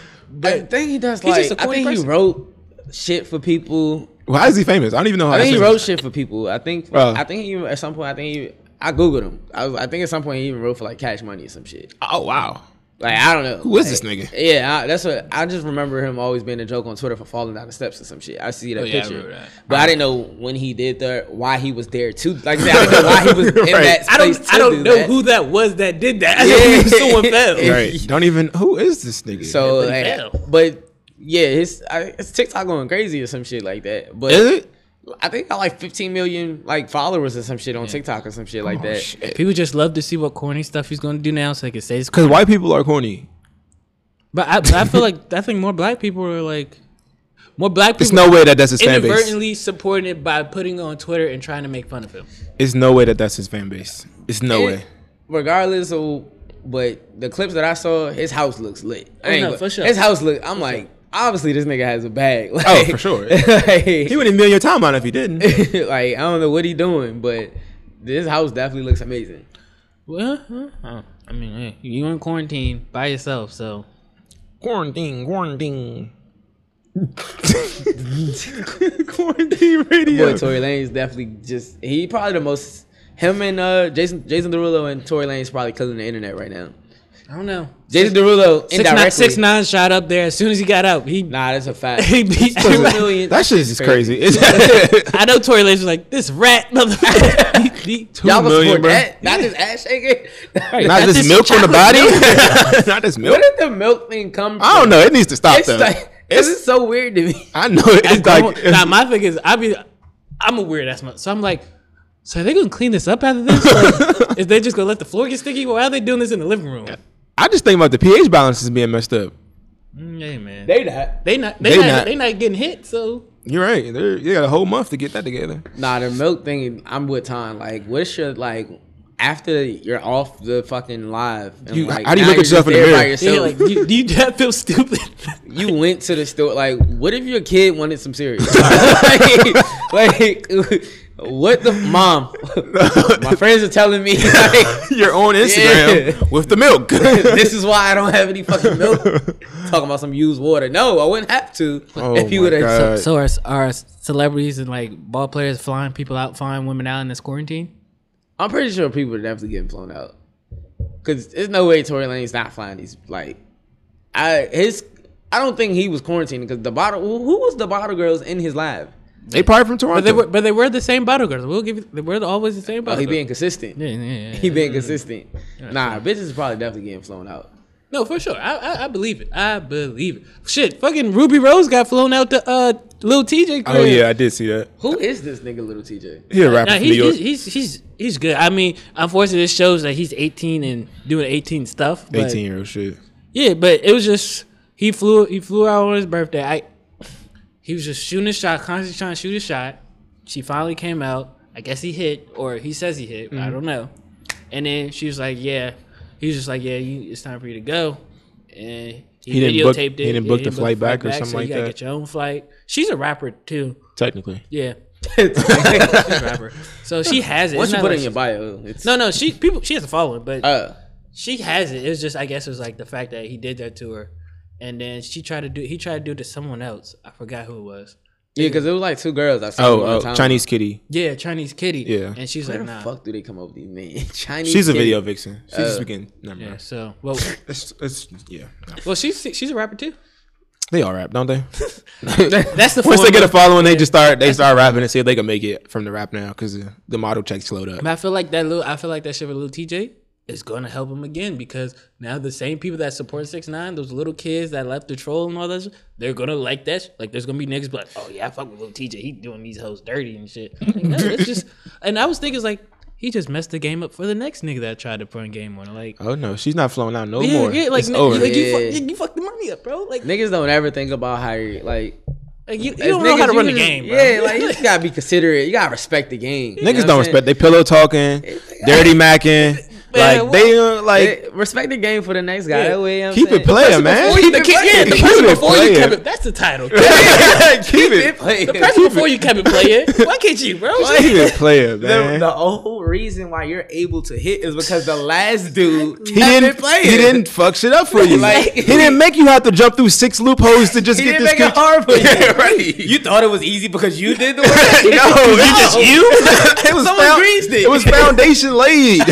I think he does He's like. just a I corny think he person. wrote shit for people. Why is he famous? I don't even know how. I think that's he famous. wrote shit for people. I think. Bruh. I think he at some point. I think he. I googled him. I was. I think at some point he even wrote for like Cash Money or some shit. Oh wow. Like I don't know. Who Who is is this nigga? Yeah, I, that's what I just remember him always being a joke on Twitter for falling down the steps or some shit. I see that Oh, yeah, I picture, remember that. but I didn't know when he did that, why he was there too. Like I, said, I didn't know why he was in Right. that. Space I don't to I do don't know that. who that was that did that. I Yeah. just knew someone fell. Yeah. Right. Don't even. Who is this nigga? So, but he like, fell. but yeah, his I, it's TikTok going crazy or some shit like that. But is it? I think I like 15 million like followers or some shit on TikTok or some shit like that. People just love to see what corny stuff he's gonna do now, so they can say it's Because white people are corny. But I, but I feel like I think more black people are like more black It's people no way that that's his fan base. inadvertently supporting it by putting it on Twitter and trying to make fun of him. It's no way that that's his fan base. It's no It- way. regardless of, but the clips that I saw, his house looks lit. I ain't Oh, no, gonna- for sure. His house look. I'm like, obviously this nigga has a bag. Like, Oh, for sure. like, He wouldn't be on your timeline if he didn't. like, I don't know what he doing, but this house definitely looks amazing. Well, huh? Oh, I mean, hey, you in quarantine by yourself, so quarantine, quarantine. quarantine radio. Boy, Tory Lane's definitely just he probably the most him and uh Jason Jason Derulo and Tory Lane's probably killing the internet right now. I don't know. Jason Derulo Six nine, indirectly. six nine shot up there as soon as he got out. He Nah, that's a fact. he beat Two everybody. million- that shit is crazy. It's- I know Tory Lanez was like this rat motherfucker. He- he- Y'all gonna million, support bro. that? Not just ass shaking. Not That's just just milk on the chocolate body. Not just milk. Where did the milk thing come from? I don't know. It needs to stop It's though. like this is so weird to me. I know it- it's like now my thing is, I be, I'm a weird ass mother, so I'm like, so are they gonna clean this up after this? Or is they just gonna let the floor get sticky? Why are they doing this in the living room? I just think about the pH balance is being messed up. Mm, Hey man, they, They not. not they, they not, not- they not getting hit. So You're right. They're, they got a whole month to get that together. Nah, the milk thing. I'm with Tom. Like, what's your like? After you're off the fucking live, and, You- like, how do you now look at you're yourself just in the there by mirror? yourself, yeah, like you, do you not feel stupid? you went to the store. Like, what if your kid wanted some cereal? like, like, what the mom? My friends are telling me like, Your own Instagram Yeah. with the milk. this is why I don't have any fucking milk. Talking about some used water. No, I wouldn't have to Oh if you my would have. God. so are are celebrities and like ball players flying people out, flying women out in this quarantine? I'm pretty sure people are definitely getting flown out. Cause there's no way Tory Lane's not flying these like I his I don't think he was quarantining because the bottle. Who who was the bottle girls in his lab? They probably from Toronto. But they were, but they were the same bottle girls. We'll give you. They were always the same Oh, bottle. he girls. being consistent. yeah, yeah, yeah. He being consistent. Nah, bitches is probably definitely getting flown out. No, for sure. I, I I believe it. I believe it. Shit, fucking Ruby Rose got flown out to uh little TJ. Crib. oh yeah, I did see that. Who is this nigga, little TJ? He a rapper Nah, from New he's, York. he's, he's he's he's good. I mean, unfortunately, this shows that he's 18 and doing 18 stuff. But, Eighteen year old shit. Yeah, but it was just he flew he flew out on his birthday. I he was just shooting a shot, constantly trying to shoot a shot. She finally came out. I guess he hit, or he says he hit. Mm-hmm. I don't know. And then she was like, "Yeah." He was just like, "Yeah, you, it's time for you to go." And he, He didn't book- videotaped it. he didn't Yeah, book the flight back or something so like you gotta that. Get your own flight. She's a rapper too. Technically, Yeah, Once she's a rapper. So she has it. It's you not put it like in your she's- bio, it's No, no, she people she has a following, but uh, she has it. It was just I guess it was like the fact that he did that to her, and then she tried to do he tried to do it to someone else. I forgot who it was. yeah, because it was like two girls. I saw oh, them on oh, the timeline. Chinese Kitty. Yeah, Chinese kitty. Yeah. and she's Where like the nah. fuck do they come up with these names? Chinese. She's a kid. video vixen. She's just speaking. Never Uh, Yeah, mind. so well, It's, it's, yeah, no. well she's she's a rapper too. they all rap, don't they? That's the Once they form get a of- following, they just start they start rapping and see if they can make it from the rap now because the model checks slowed up. I feel like that little I feel like that shit with little TJ is gonna help him again because now the same people that support six nine, those little kids that left the troll and all that, shit, they're gonna like that. shit. Like there's gonna be niggas be like, oh yeah, I fuck with little TJ. He doing these hoes dirty and shit. Like, no, it's just and I was thinking it's like he just messed the game up for the next nigga that tried to put a game on. it. Like Oh no, she's not flowing out no yeah, more. yeah, like, it's n- over. like you, fuck, Yeah. you, you fucked the money up, bro. Like, Niggas don't ever think about how you like. like, you, you as don't know how niggas, to you run the just- game, bro. Yeah, like you just gotta be considerate. You gotta respect the game. You know Niggas what I'm don't saying? respect. They pillow talking, dirty macking. Man, like they uh, like They- respect the game for the next guy. Yeah. That way, you know what I'm keep saying? it player, man. before you Keep the it kid, yeah, the Keep person it before you player. kept it. That's the title. keep it. Play The person before you kept it playing. Why can't you, bro? Keep it player, The, man. the whole reason why you're able to hit is because the last dude he didn't. play He didn't fuck shit up for you. Like- he didn't make you have to jump through six loopholes to just He get didn't this make it kid. hard for you. Yeah, right. You thought it was easy because you did the work. you just you. it was Someone found, greased it. It was foundation laid.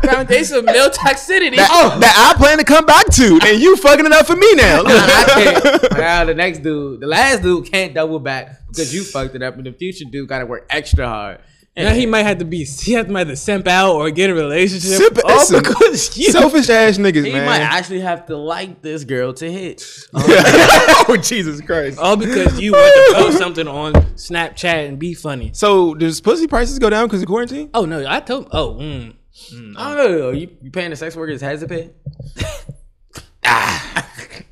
foundation of male toxicity. oh, that I plan to come back to, and you fucking it up for me now. I can't. Now the next dude, the last dude can't double back because you fucked it up, and the future dude got to work extra hard. now he might have to be. He had to either simp out or get a relationship. Simp- all listen, because you. Selfish ass niggas, oh, He might man. actually have to like this girl to hit. oh Jesus Christ. all because you want to post something on Snapchat and be funny. So does pussy prices go down because of quarantine? Oh no, I told. Oh, mm. I don't know. You, you paying the sex workers has to pay?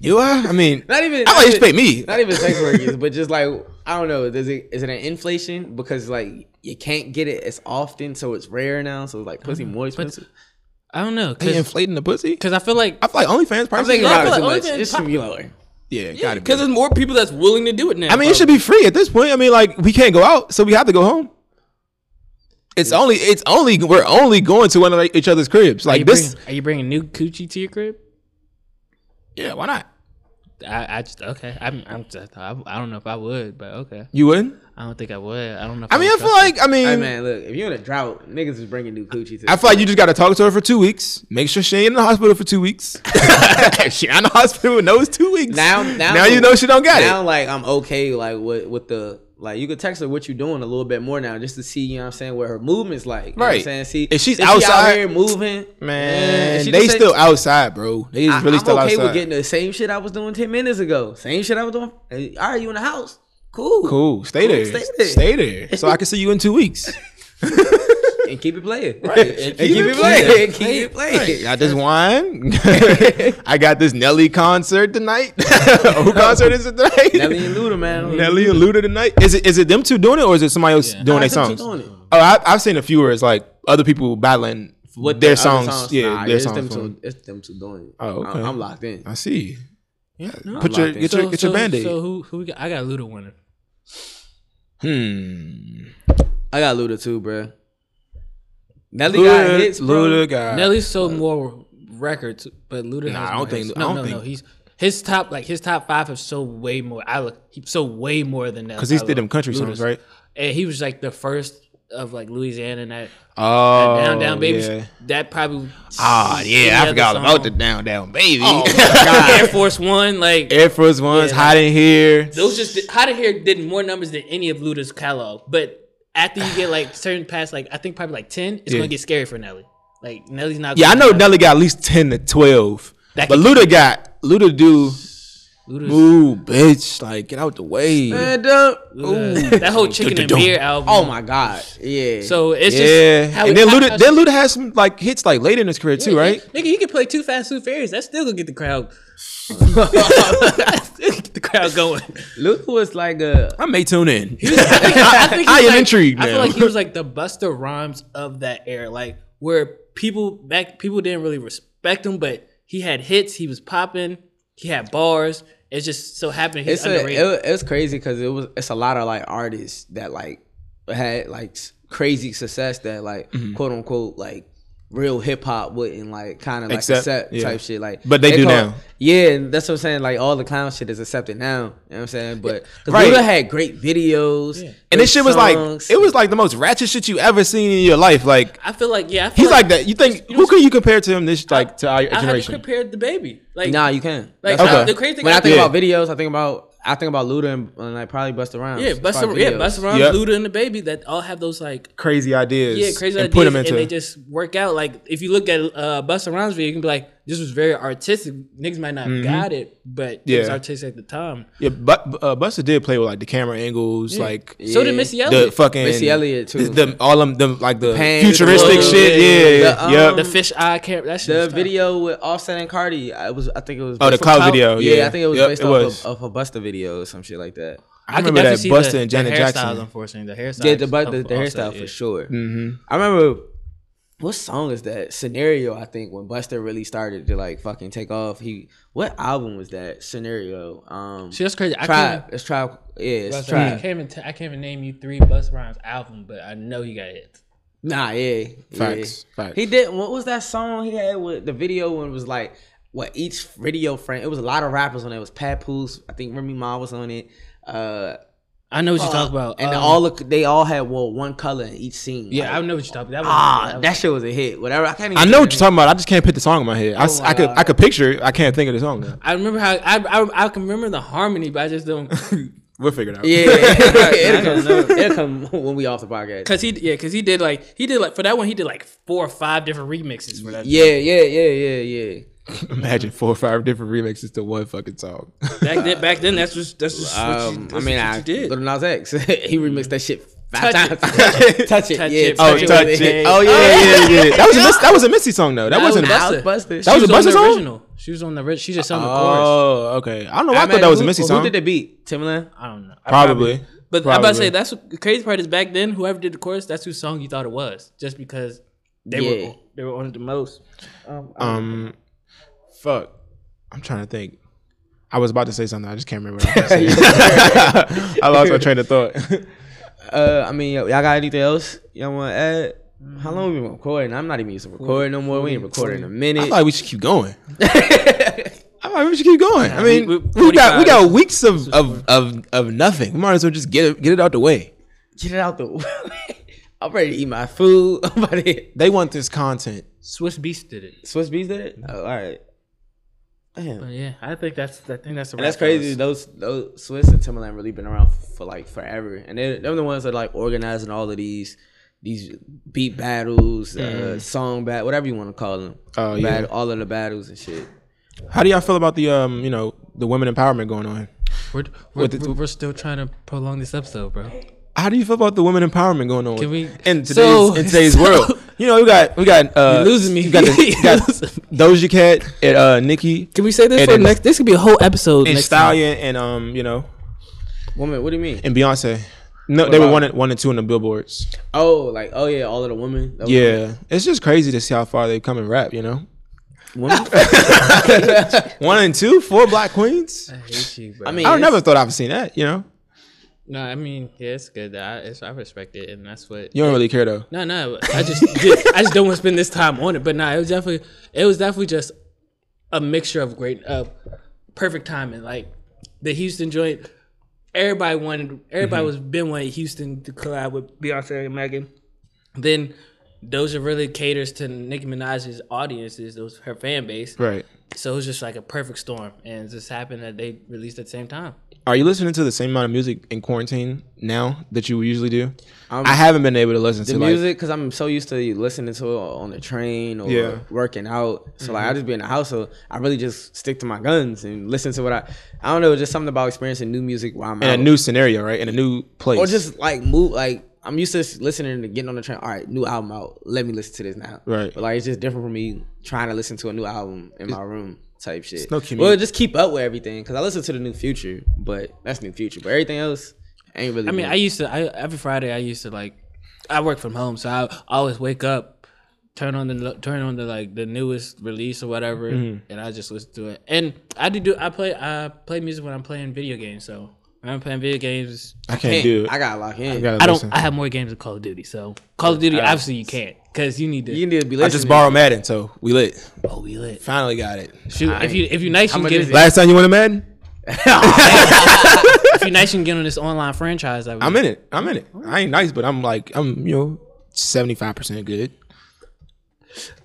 You are. I mean, Not even. I not like even- to pay me. Not even sex workers, but just like I don't know. Does it is it an inflation because like you can't get it as often, so it's rare now. So like Mm-hmm. pussy more expensive. I don't know They because inflating the pussy. I feel like I feel like OnlyFans prices. Thinking go about up. it like too much. OnlyFans It should be lower. yeah, gotta because be. there's more people that's willing to do it now. I mean, it should be free at this point. I mean, like we can't go out, so we have to go home. It's only. It's only. We're only going to one of each other's cribs. Are you, Like this. bringing, are you bringing new coochie to your crib? Yeah. Why not? I, I just okay. I'm, I'm just, I, I don't know if I would, but okay. You wouldn't. I don't think I would. Oh, I don't know. If I mean, I would feel trust like. I mean. Hey man, look, if you're in a drought, niggas is bringing new coochie to. I feel like you just gotta talk to her for two weeks. Make sure she ain't in the hospital for two weeks. she not in the hospital. No, it's two weeks. now, now, now you know she don't got it. now, like I'm okay, like with with the like you could text her what you doing a little bit more now just to see, you know what I'm saying, what her movement's like. You know what I'm Right. saying? See If she's she out outside- here moving, yeah, Man, she they just say- still outside, bro. They I, is really am still okay outside. with getting the same shit I was doing ten minutes ago. Same shit I was doing. Hey, All right, you in the house? Cool, cool. Stay Cool, there. stay Stay there. there. So I can see you in two weeks. and keep it playing. And keep it playing. Keep it playing. Got this wine. I got this Nelly concert tonight. Who concert is it tonight? Nelly and Luda, man. Nelly and Luda tonight. Is it is it them two doing it or is it somebody else doing Nah, their it's them two songs? doing it. Oh, I, I've seen a few where it's like other people battling With their other songs. Yeah, Nah, their it's songs. Them for two, them. it's them two doing it. Oh, okay. I'm, I'm locked in. I see. no, Put your locked in. get your get your band aid. So who who we got? I got Luda winning. hmm. I got Luda too, bro. Nelly got Luda, hits, bro. Luda got Nelly sold more records, but Luda. Nah, I has don't more think- hits. I No, don't no, no. think- He's his top like his top five have sold way more. I look he sold way more than that. because he did them country songs, right? And he was like the first of like Louisiana and that Oh, down down baby. Yeah. That probably. Ah, any yeah, I other forgot song. about the down down baby. Air Force One, like Air Force Ones, Yeah. hot in here. those just did, Hot in Here did more numbers than any of Luda's catalog. But after you get like certain past, like I think probably like ten, it's Yeah. gonna get scary for Nelly. Like Nelly's not. Yeah, I know gonna- Nelly got at least ten to twelve, That but could- Luda got Luda do Luda's- move, bitch, like get out the way. And, uh, Luda- that whole chicken and beer album. oh my god, yeah. So it's yeah, just how and it- then how- Luda, how- then Luda has some like hits like later in his career too, right? Nigga, you can play Too Fast, Too Furious. That's still gonna get the crowd. get the crowd going. Luda was like a I may tune in. I, think he I was am like- intrigued I feel now. like he was like the Buster Rhymes of that era, like where people back people didn't really respect him, but he had hits, he was popping, he had bars. It just so happened he's it's a, underrated. it, it's crazy because it was it's a lot of like artists that like had like s- crazy success that like Mm-hmm. quote unquote like real hip hop wouldn't like kind of like Accept, accept, yeah. type shit like But they do now. yeah and that's what I'm saying like all the clown shit is accepted now you know what I'm saying but because Right. Luda had great videos And great this shit was like songs. it was like the most ratchet shit you ever seen in your life. Like I feel like yeah, I feel he's like that. You think who could you compare to him? This like to our I had to generation. compare the baby. Like nah you can like That's Okay. how- how- the crazy thing when I think Yeah. about videos I think about I think about Luda and, and like probably Busta Rhymes yeah, as far Buster as yeah, videos. Buster Rhymes, Yep. Luda and the baby that all have those like Crazy ideas. Yeah, crazy and ideas, Put him into and they just work out. Like if you look at uh, Busta Rhymes video, you can be like, "This was very artistic." Niggas might not got it, but it was Mm-hmm. Yeah. artistic at the time. yeah. But uh, Buster did play with like the camera angles, like So did Yeah. Missy the Elliott, the, fucking Missy Elliott, too. The, all them, them like the Pans, futuristic the- shit. Yeah, the, yep. um, fish eye camera. That shit The was tough. video with Offset and Cardi, I was I think it was Oh, the based cloud off- video, yeah. I think it was Yep, based it off was. Of, of a Busta video or some shit like that. I remember that definitely see Busta the- and Janet the hairstyles, Jackson. Unfortunately, the hairstyle. Yeah, the but the, the hairstyle for sure. Mm-hmm. I remember what song is that? Scenario, I think, when Busta really started to like fucking take off. He what album was that? Scenario. Um See, that's crazy. I can't. Tribe. It's Tribe yeah, it's even- I Tribe. can't even. T- I can't even name you three Busta Rhymes album, but I know you got hits. Nah, yeah. Facts, yeah. facts. He did what was that song he had with the video when it was like what each video frame it was a lot of rappers on it. It was Papoose, I think Remy Ma was on it. Uh I know what you talk about. And Um, all look, they all had well one color in each scene. yeah, I Like, know what you talk about. That was, ah, that was- that shit was a hit. Whatever. I can't. Even I know what you're talking about. I just can't put the song in my head. I, s- Oh I my could God. I could picture it. I can't think of the song now. I remember how I, I I can remember the harmony, but I just don't. We'll figure it out. Yeah, yeah, it'll, come, it'll come when we off the podcast. Cause he yeah, cause he did like he did like for that one he did like four or five different remixes for that. Yeah, yeah, yeah, yeah, yeah. Imagine four or five different remixes to one fucking song. Back then, back then that's just that's just what you, Um, that's I mean, what I you did. Lil Nas X, he remixed that shit five Touch times. it. touch it, Touch yeah. it, oh, Touch It touch With it. a K. Oh yeah, yeah, yeah. That was a miss, that was a Missy song though. That That was wasn't. Busta. I was busted. That She was a on Busta the song? original. She was on the original. She just sung the Uh, chorus. Oh, okay. I don't know. Why I, thought mean, that was a who- Missy Who song. did the beat? Timbaland. I don't know. I Probably. But I'm about to Probably. say that's what, the crazy part is back then whoever did the chorus that's whose song you thought it was just because they Yeah. were they were on it the most. Um, fuck. I'm trying to think. I was about to say something. I just can't remember. What I, was saying. I lost my train of thought. Uh, I mean, y'all got anything else y'all want to add? How long we been recording? I'm not even used to recording no more. We ain't recording in a I minute. thought we should keep going. I thought we should keep going. I mean, we- we, we- got we got weeks of of, of of nothing. We might as well just get it get it out the way. Get it out the way. I'm ready to eat my food. I'm about to They want this content. Swiss Beast did it. Swiss Beats did it? Oh, all right. Damn. But uh, yeah, I think that's I think that's a And that's wrap, crazy. fellas. Those those Swiss and Timberland really been around for like forever, and they they're the ones that like organizing all of these these beat battles, uh, song bat, whatever you want to call them. Oh, yeah. Bat- all of the battles and shit. How do y'all feel about the um you know the women empowerment going on? We're, we're, the- we're, we're still trying to prolong this episode, bro. How do you feel about the women empowerment going on Can we- in today's So- in today's so- world? You know, we got we got uh, You're losing me. You got, the, you got Doja Cat and uh, Nikki Can we say this And for it's- next? This could be a whole episode. and next time. Stallion and um you know Woman, what do you mean? and Beyonce. No, they were about- one and, one and two in the billboards. Oh, like oh yeah, all of the women. That was- Yeah, it's just crazy to see how far they've come in rap. You know, women? one and two, four black queens. I hate you, bro. I mean, I it's- never thought I've seen that. You know, No, I mean, yeah, it's good. that I, it's, I respect it, and that's what. you don't really care though. No, no, I just, I just don't want to spend this time on it. But nah, it was definitely, it was definitely just a mixture of great, of perfect timing. Like the Houston joint, everybody wanted, everybody was been wanting Houston to collab with Beyonce and Megan. then Doja really caters to Nicki Minaj's audiences, those her fan base. Right. So it was just like a perfect storm, and it just happened that they released at the same time. Are you listening to the same amount of music in quarantine now that you usually do? I haven't been able to listen to the like, music because I'm so used to listening to it on the train or Yeah. working out. So like I just be in the house, so I really just stick to my guns and listen to what I. I don't know, just something about experiencing new music while I'm in out. a new scenario, right? In a new place. Oh. or just like move like. I'm used to s- listening to getting on the train. All right, new album out. Let me listen to this now. Right. But like, it's just different from me trying to listen to a new album in my room type shit. no commute. well, just keep up with everything because I listen to the new Future, but that's new Future. But everything else ain't really. I mean, new. I used to. I every Friday I used to like. I work from home, so I always wake up, turn on the turn on the like the newest release or whatever, and I just listen to it. And I do do. I play. I play music when I'm playing video games. So when I'm playing video games, I can't do it. I gotta lock in. gotta I don't. listen. I have more games than Call of Duty. So Call of Duty, obviously you can't because you need to. you need to be listening. I just borrowed Madden, so we lit. oh, we lit. Finally got it. Shoot, if you if you nice, you can much get is it. it? Last time you went to Madden? if you nice, you can get on this online franchise. I I'm in it. I'm in it. I ain't nice, but I'm like I'm you know seventy five percent good.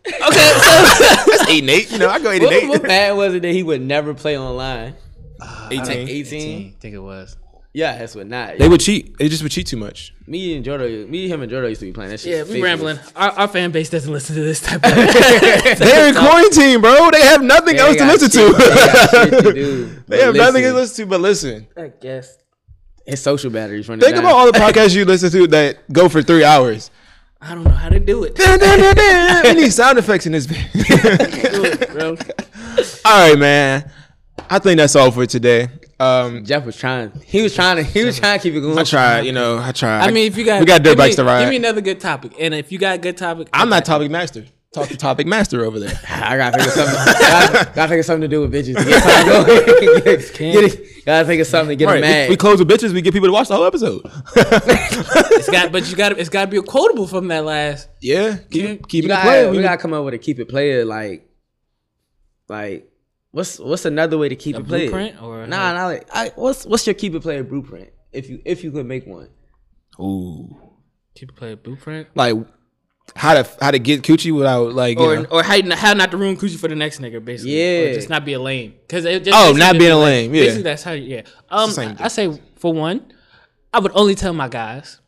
okay. So That's eight and eight. You know I go eight and What, eight. what bad was it that he would never play online? Like Eighteen. 18? I think it was. Yeah, that's what not. They would cheat. They just would cheat too much. me and Jordan, me, him, and Jordan used to be playing that shit. Yeah, faithfully. we rambling. Our, our fan base doesn't listen to this type of. They're in quarantine, bro. They have nothing They else to got listen shit- They, got to. shit to do. They have But nothing to listen to but listen. I guess. His social batteries running Think down. about all the podcasts you listen to that go for three hours. I don't know how to do it. we need sound effects in this. bit. Do it, bro. all right, man. I think that's all for today. Um, Jeff was trying. He was trying to. He was trying to keep it going. I tried, you know, I tried. I mean, if you got we got dirt give me- bikes to ride. Give me another good topic, and if you got a good topic, I'm not topic master. Talk to topic master over there. I gotta think of something. gotta, gotta think of something to do with bitches. To get time going. Get- get- gotta think of something to get Right, them we- mad. We, close with bitches. We get people to watch the whole episode. It's got, but you got it's got to be a quotable from that last. yeah, keep, You- keep You it gotta- playing. we, We- gotta come up with a keep it player like, like what's what's another way to keep it player? blueprint or- nah, nah. Like, I, what's what's your keep it player blueprint? If you if you could make one, Ooh. Keep it playing blueprint, like how to how to get coochie without like you or know. or how, how not to ruin coochie for the next nigga, basically. Yeah. or just not be a lame. Because it just oh, basically not just being be a like- lame. Basically, Yeah, that's how. Yeah. Um, same I, I say for one, I would only tell my guys.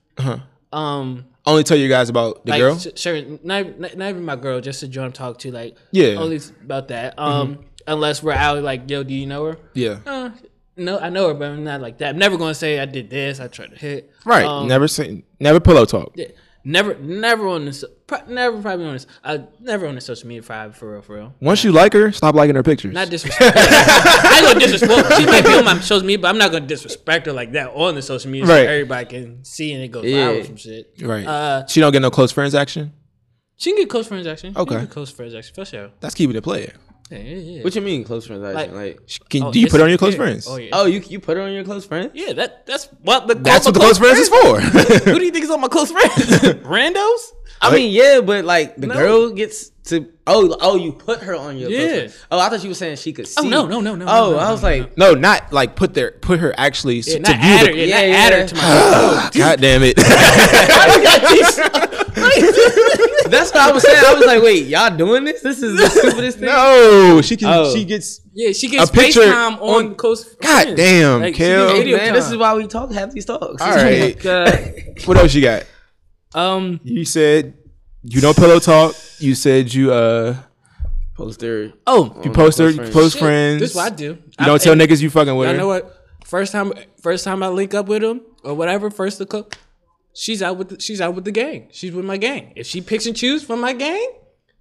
Um, only tell you guys about the like, Uh-huh. girl. sh- sure, not, not not even my girl, just a joint I'm talking to. Like, Yeah. Mm-hmm. only s- about that. Um, unless we're out, like, yo, do you know her? Yeah, Uh, no, I know her, but I'm not like that. I'm never gonna say I did this. I tried to hit. right. Um, never seen, never pillow talk. yeah. Never, never on this. Pro- never probably on this. Uh, never on the social media private for real, for real. Once you like her, stop liking her pictures. Not disrespect. I ain't gonna disrespect. She might be on my social media, but I'm not gonna disrespect her like that on the social media. Right. So everybody can see and it goes Yeah. viral from shit. right. Uh, she don't get no close friends action. she can get close friends action. She Okay. can get close friends action for sure. That's keeping it player. Yeah, yeah, yeah. what you mean close friends? Like, like Sh- Can, Oh, do you yes, put it on your close yeah. friends? Oh yeah. oh, you you put her on your close friend? Yeah, that that's what the That's what the close friends is Who for. do you think is on my close friends? Randos? I Like- mean, yeah, but like the No. girl gets to oh oh you put her on your Yeah. close friend. Oh, I thought you were saying she could see. Oh, no, no, no, no, Oh, no, I no, was no, like, no, not like put their put her actually s- Yeah, to view not add her. the. Yeah, Oh, Yeah, yeah, not add yeah. her to my. God damn it! that's what I was saying. I was like, wait, y'all doing this? This is the stupidest thing. no, she can. Oh. She gets. Yeah, she gets A picture FaceTime on, on- close. God friends. damn, Like, she Kel. gets video Man, this time. is why we talk have these talks. All right. God. What else you got? Um, You said you don't pillow talk. You said you uh Poster. oh, you post her close close, friends. close shit, friends. This is what I do. You don't I, tell niggas you fucking with I her. know what. First time, first time I link up with him or whatever. First to cook, she's out with the, she's out with the gang. She's with my gang. If she picks and choose from my gang,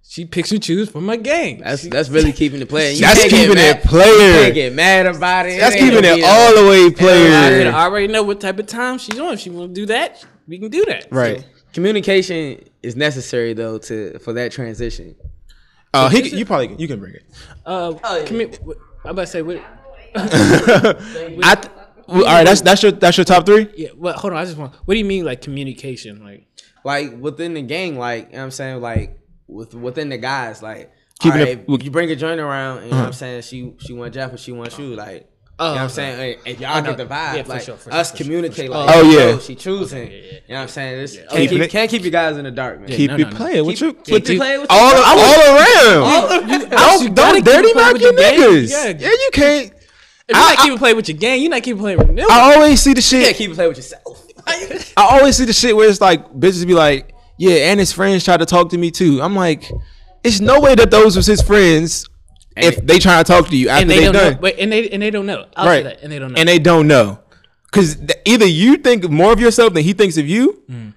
she picks and choose from my gang. That's that's really keeping it playing. You That's can't get keeping mad- it player. You can't get mad about it. That's ain't keeping no it deal. all the way I could player. already know what type of time she's on. If she want to do that, we can do that. Right. Communication is necessary though to for that transition. Uh, he, can- you probably you can bring it. Uh, commu- wh- I'm about to say what. I th- well, all right, that's that's your that's your top three. Yeah, well, hold on. I just want. What do you mean, like communication? Like, Like within the gang, like you know what I'm saying, like with within the guys, like Keeping all it- Uh-huh. right, if you bring a joint around and you know what I'm saying she she want Jeff or she want you, like Oh, You know what I'm okay. saying? Like, If y'all get the vibe, Yeah, for like sure, for us sure, for sure, communicate for sure. like, Oh, yeah. yo, she choosing. You know what I'm saying? It's, Keeping can't, keep, it- can't keep you guys in the dark, man. Yeah, Keep no, it no, no. playing. What Keep- you? keep what it you- playing with all, you. all around. you Oh, don't gotta don't keep dirty it playing mouth with your the game. niggas. Yeah. Yeah, you can't. If you're not keeping playing with your game, you're not keeping playing with them. I always see the shit. You can't keep playing with yourself. I always see the shit where it's like bitches be like, yeah, and his friends tried to talk to me too. I'm like, it's no way that those was his friends if they trying to talk to you after and they, they, don't done. know. Wait, and they and they don't know. I'll say right. that. And they don't know. And they don't know. Cause th- either you think more of yourself than he thinks of you, Mm.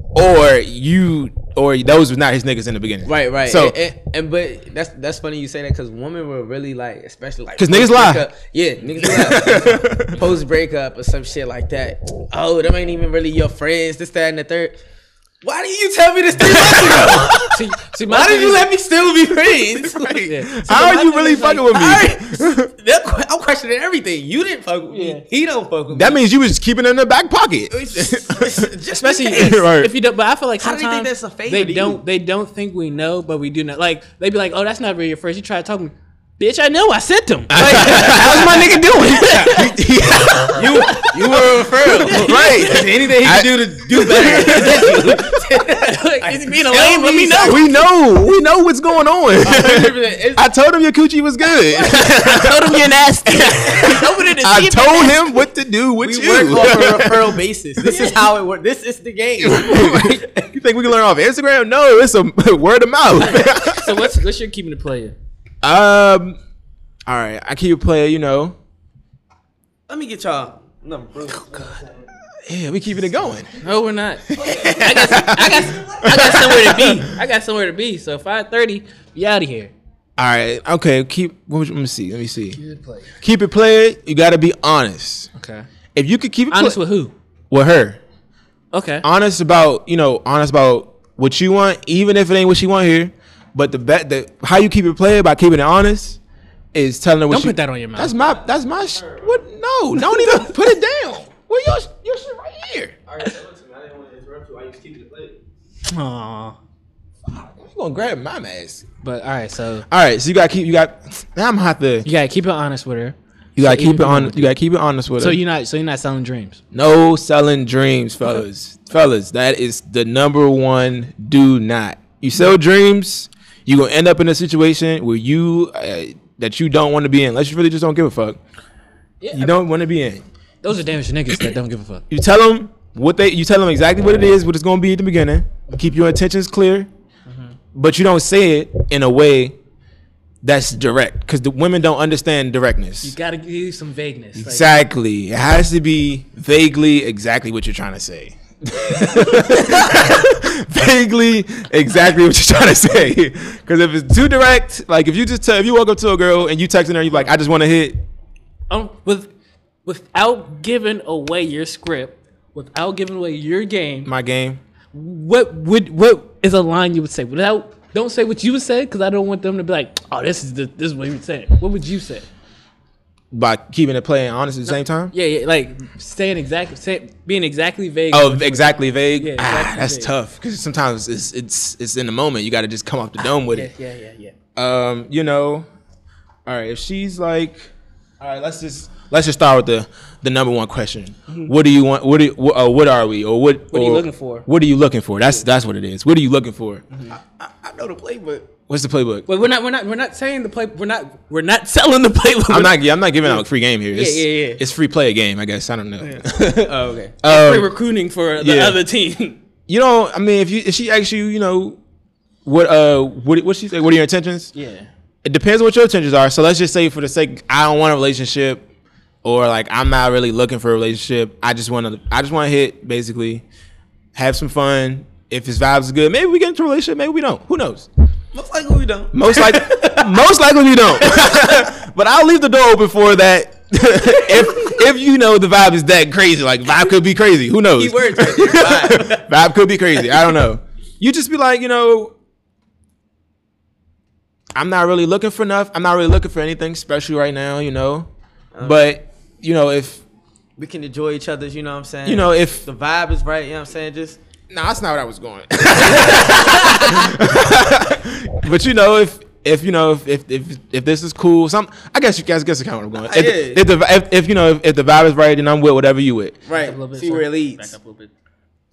or you or those was not his niggas in the beginning. Right, right. So So and, and- and but that's that's funny you say that because women were really like, especially like 'Cause niggas lie. post-breakup- Yeah, niggas lie. Post breakup or some shit like that. Oh, them ain't even really your friends. This, that, and the third. Why didn't you tell me this three months ago? see, see, my Why did thing you is- let me still be friends? Like, Yeah. See, how my are you thing really is, like, fucking with me? alright, that que- I'm questioning everything. You didn't fuck with Yeah. me. He don't fuck with That me. means you was just keeping it in the back pocket. Just Especially in case. if, Right. if you don't, but I feel like How do sometimes you think that's a favor they to you? don't they don't think we know, but we do know. Like they be like, "Oh, that's not really your first. You try to talk to me, bitch. I know I sent them. How's my nigga doing? you you were a referral. right. Anything he I- can do to do better. like, it's me in a lane. Let me know. We know. We know what's going on. It's- I told him your coochie was good. I told them you're nasty. Open it and see I if told they're him what to do with We you. work on a referral basis. This is how it works. This is the game. you think we can learn off Instagram? No, it's a word of mouth. nasty. So what's what's your keeping the player? um, all right. I keep a player. You know, Let me get y'all. No, bro. yeah, we keeping it going. No, we're not. I got, some, I got, I got somewhere to be. I got somewhere to be. So five thirty, be out of here. All right. Okay. Keep. What was, let me see. Let me see. Keep it player. You gotta be honest. Okay. If you could keep it pla- Honest with who? with her, Okay. honest about you know honest about what you want even if it ain't what you want here but the bet the how you keep it playing by keeping it honest is telling her what Don't you- put that on your mouth. that's my that's my sh- what no don't even put it down well your sh- your shit right here Aw. you gonna grab my mask But all right, so all right so you gotta keep you got now i'm gonna have to you gotta keep it honest with her. you gotta so keep it even- on you gotta keep it honest with So her you're not so you're not selling dreams. no selling dreams fellas fellas that is the number one do not you sell dreams you're gonna end up in a situation where you uh, that you don't want to be in unless you really just don't give a fuck you don't want to be in Those are damaged niggas that don't give a fuck. you tell them what they you tell them exactly what it is what it's going to be at the beginning keep your intentions clear but you don't say it in a way that's direct because the women don't understand directness You gotta give you some vagueness. Like, exactly it has to be vaguely exactly what you're trying to say vaguely exactly what you're trying to say because if it's too direct like if you just tell if you walk up to a girl and you texting her you're like i just want to hit um, with without giving away your script, without giving away your game, my game what would what is a line you would say? Without don't say what you would say because I don't want them to be like, oh, this is the, this is what you would say. What would you say? by keeping it playing honest at the same time Yeah, yeah like saying exactly, say, being exactly vague. Oh, exactly vague. Yeah, ah, exactly that's vague. tough because sometimes it's it's it's in the moment. You got to just come off the dome with yeah, it. yeah, yeah, yeah. Um, you know, all right. If she's like, all right, let's just let's just start with the the number one question. What do you want? What do you, uh, what are we or what what Mm-hmm. are you looking for? Mm-hmm. What are you looking for? That's that's what it is. What are you looking for? I know the playbook. What's the playbook? But we're not, we're not, we're not saying the play. We're not, we're not selling the playbook. I'm not. yeah, I'm not giving out free game here. It's, yeah, yeah. It's free play a game. I guess I don't know. Oh, okay. Um, recruiting for the yeah. other team. you know, I mean, if you if she asks you, you know, what uh, what what she say? What are your intentions? Yeah. it depends what your intentions are. So let's just say for the sake I don't want a relationship or like I'm not really looking for a relationship. I just want to I just want to hit basically have some fun. If his vibes is good, maybe we get into a relationship, maybe we don't. Who knows? Most likely we don't. Most like most likely we don't. but I'll leave the door open for that. if if you know the vibe is that crazy, like vibe could be crazy. Who knows? Key words right there, vibe. vibe could be crazy. I don't know. You just be like, you know, I'm not really looking for enough. I'm not really looking for anything special right now, you know. Uh. but you know, if we can enjoy each other's, you know what I'm saying? you know, if the vibe is right, you know what I'm saying? Just No, that's not what I was going. but you know, if if you know if if if, if this is cool, some I guess you guys guess kind of where I'm going. If, Yeah. if the if, if you know if, if the vibe is right, then I'm with whatever you with. Right. A little bit, See where it sorry. leads. Back up a little bit.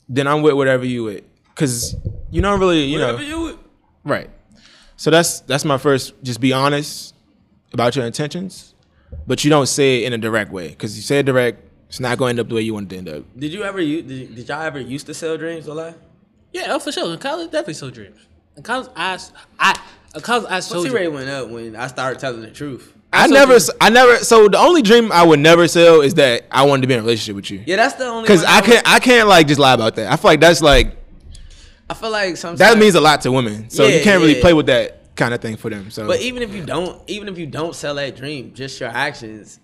Then I'm with whatever you with, cause you don't really you know right. So that's that's my first. Just be honest about your intentions, but you don't say it in a direct way, cause you say it direct, it's not going to end up the way you want it to end up. Did you ever use? Did, did y'all ever used to sell dreams or lie? Yeah, oh, for sure. In college, definitely sold dreams. In college, I, I, in college, I sold Pussy dreams. rate went up when I started telling the truth. I sold never, dreams. I never. So the only dream I would never sell is that I wanted to be in a relationship with you. Yeah, that's the only. Cause one I was- can't, I can't like just lie about that. I feel like that's like I feel like sometimes that means a lot to women. So Yeah, you can't really yeah. play with that kind of thing for them. So But even if you don't, even if you don't sell that dream, just your actions.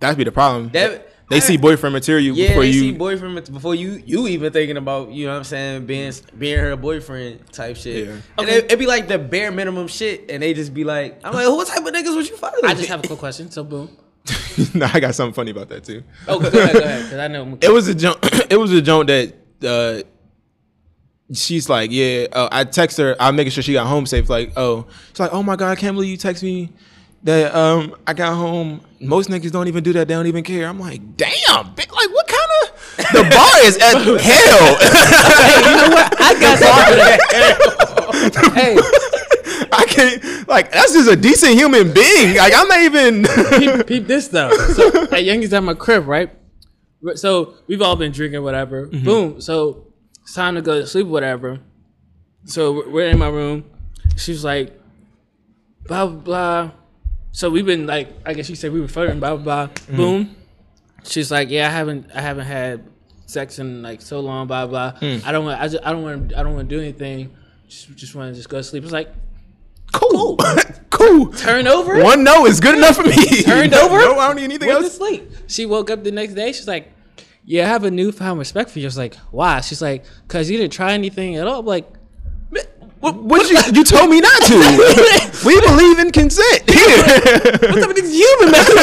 that'd be the problem. That- they I- see boyfriend material Yeah, before they you. see boyfriend mat- before you you even thinking about you know what I'm saying being being her boyfriend type shit. Yeah. And Okay. it, would be like the bare minimum shit, and they just be like, I'm like, what type of niggas would you fucking? I with?" just have a quick question. So, boom. no, I got something funny about that too. Oh, go ahead, go ahead. Because I know. I'm- It was a joke. it was a joke that uh, she's like, yeah. Uh, I text her. I'm making sure she got home safe. Like, oh, she's like, oh my god, I can't believe you text me that um I got home. Most niggas don't even do that. They don't even care. I'm like, damn, bitch, like what kind of the bar is at hell. I got something. for that. hey, I can't like that's just a decent human being. Like I'm not even peep, peep this though. So at Youngie's at my crib, right? Re- So we've all been drinking, whatever. Boom. So it's time to go to sleep, whatever. So we're- we're in my room. She's like, blah blah. blah. So we've been like, I guess you said we were flirting, blah blah blah. Boom. She's like, yeah, I haven't, I haven't had sex in like so long, blah blah. I don't want, I, just, I don't want, I don't want to do anything. Just, just want to just go to sleep. It's like cool. cool. turn over. One no is good enough for me. Turned over? No, I don't need anything Went to else. sleep. She woke up the next day. She's like, "Yeah, I have a newfound respect for you." I was like, "Why?" She's like, "Cause you didn't try anything at all." I'm like, What, what you you told me not to. we believe in consent. Here. "What is human mess?"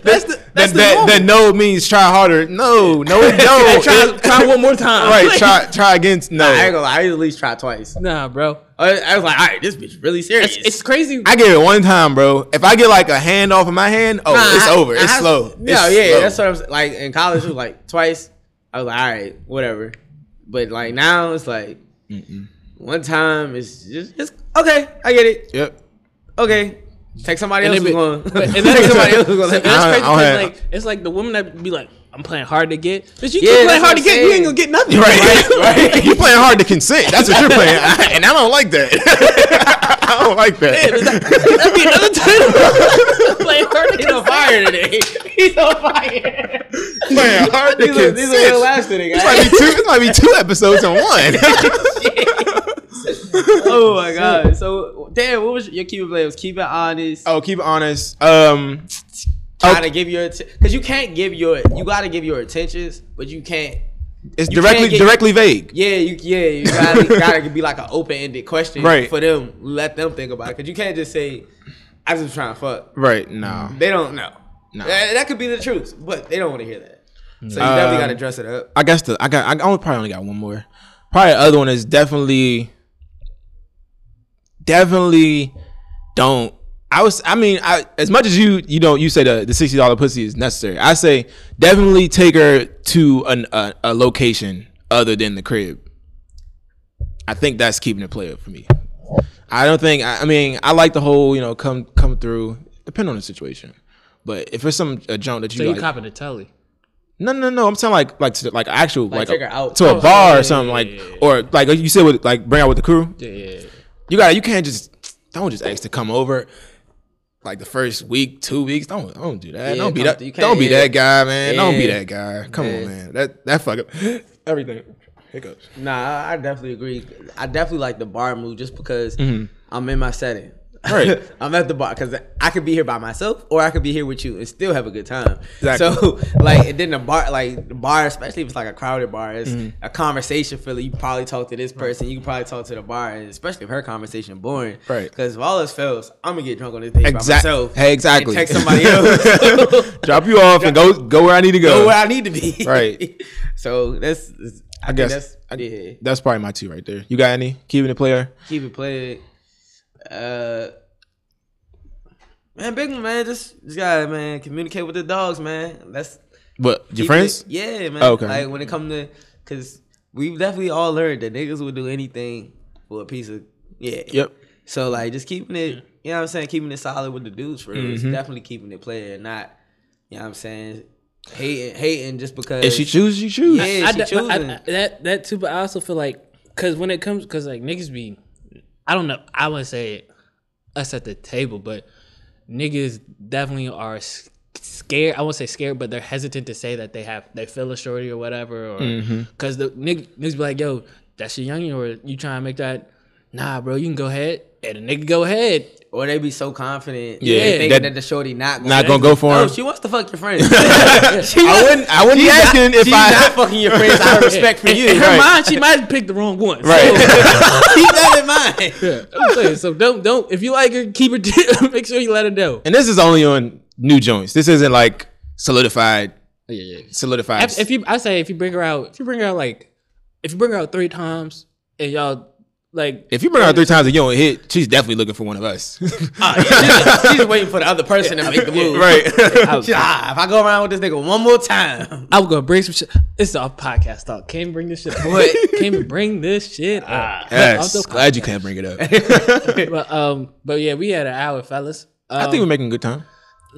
That's the That, that, that no means try harder. No, no, no. try, try one more time. right, try try again. No, I ain't gonna lie, I at least try twice. nah, bro. I, I was like, all right, this bitch really serious. It's, it's crazy. I get it one time, bro. If I get like a hand off of my hand, oh, Nah, it's I- over. It's I- slow. No, It's yeah, slow. that's what I'm s- like. In college, it was like twice. I was like, all right, whatever. But like now, it's like one time. It's just it's, okay. I get it. Yep. Okay, take somebody And else then who's be- going. but- Take and that's- somebody else who's so going. that's I- crazy I don't 'cause, have- like it's like the woman that be like, "I'm playing hard to get." Bitch, you Yeah, that's keep playing what hard to I'm get, you saying. ain't gonna get nothing. Right, right. You're playing hard to consent. That's what you're playing, I- and I don't like that. I don't like that. That'd be another title. playing hard to get. He's on fire today. He's on fire. playing hard to These are, consent. these are real last today, It might guys. be two. It might be two episodes in one. oh my god. So damn, what was your key play? Was keep it honest. oh, keep it honest. Um, Try to give your because you can't give your you got to give your attentions, but you can't it's You directly can't get- directly vague. Yeah, you yeah, you gotta, gotta be like an open ended question Right. for them. Let them think about it because you can't just say, "I just trying to fuck." Right. No. They don't know. No. That, that could be the truth, but they don't want to hear that. So you Um, definitely gotta dress it up. I guess the I got I only probably only got one more. Probably the other one is definitely definitely don't. I was I mean I as much as you you know you say the the sixty dollar pussy is necessary. I say definitely take her to an, a a location other than the crib. I think that's keeping it player for me. I don't think I, I mean I like the whole you know come come through depending on the situation, but if it's some a junk that you So you like, copping a telly. no, no, no. I'm saying like, like, to, like actual, like, take a- her out. to Oh, a bar yeah, or something, like, yeah, yeah, or like you said, with like bring out with the crew. Yeah, yeah, yeah. You got, to you can't just don't just ask to come over. Like the first week, two weeks, don't don't do that. Yeah, don't be come that. through. You Don't can't- be yeah. that guy, man. Don't be Yeah. that guy. Come Yeah. on, man. That that fuck up everything. Hiccups. Nah, I- I definitely agree. I definitely like the bar move just because I'm in my setting. Mm-hmm. Right. I'm at the bar because I could be here by myself or I could be here with you and still have a good time. Exactly. So like, and then the bar, like the bar, especially if it's like a crowded bar, it's Mm-hmm. a conversation filler. You probably talk to this person, you can probably talk to the bar, and especially if her conversation boring. Right. Because if all else fails, I'm gonna get drunk on this thing by Exactly. myself. Hey, exactly. And text somebody else. Drop you off and go go where I need to Go go. where I need to be. Right. so that's. that's- I, think guess- that's I- yeah. That's probably my two right there. You got any keeping it player? keep it played. Uh, Man, big one, man. Just just gotta man communicate with the dogs, man. That's But your keep it- friends? yeah, man. Oh, okay. Like when it come to, cause we definitely all learned that niggas would do anything for a piece of yeah. Yep. So like just keeping it, you know what I'm saying, keeping it solid with the dudes for real. It's Mm-hmm. definitely keeping it player, and not you know what I'm saying, hating hating just because. If she chooses, she chooses. Yeah. I, she d- choosing. I- I- that that too, but I also feel like because when it comes, because like niggas be, I don't know, I wouldn't say us at the table, but niggas definitely are s- scared. I won't say scared, but they're hesitant to say that they have they feel a shorty or whatever, or Mm-hmm. because the nigg- niggas be like, yo, that's your youngin, or you trying to make that? Nah, bro, you can go ahead, and a nigga go ahead. or they be so confident, Yeah, yeah, thinking that, that- the shorty not gonna Not gonna go for Oh, him. she wants to fuck your friends. I wouldn't. I wouldn't be She's asking not, if she's I not fucking your friends out of respect for In- you. in her Right. mind, she might have picked the wrong one. so- right. Keep that in mind. Yeah, I'm saying, so don't don't if you like her, keep her. make sure you let her know. and this is only on new joints. This isn't like solidified. Yeah, yeah. Solidified. If, if you, I say, if you bring her out, if you bring her out like, if you bring her out three times and y'all like, If you bring her out three times and you don't hit, she's definitely looking for one of us. Ah. she's, she's waiting for the other person to make the move. right. She's like, ah, if I go around with this nigga one more time, I'm gonna bring some shit. It's all podcast talk. Can't bring this shit. up. What? Ah. Can't bring this shit. up. yes. Also- Glad you can't bring it up. But um, but yeah, we had an hour, fellas. Um, I think we're making a good time.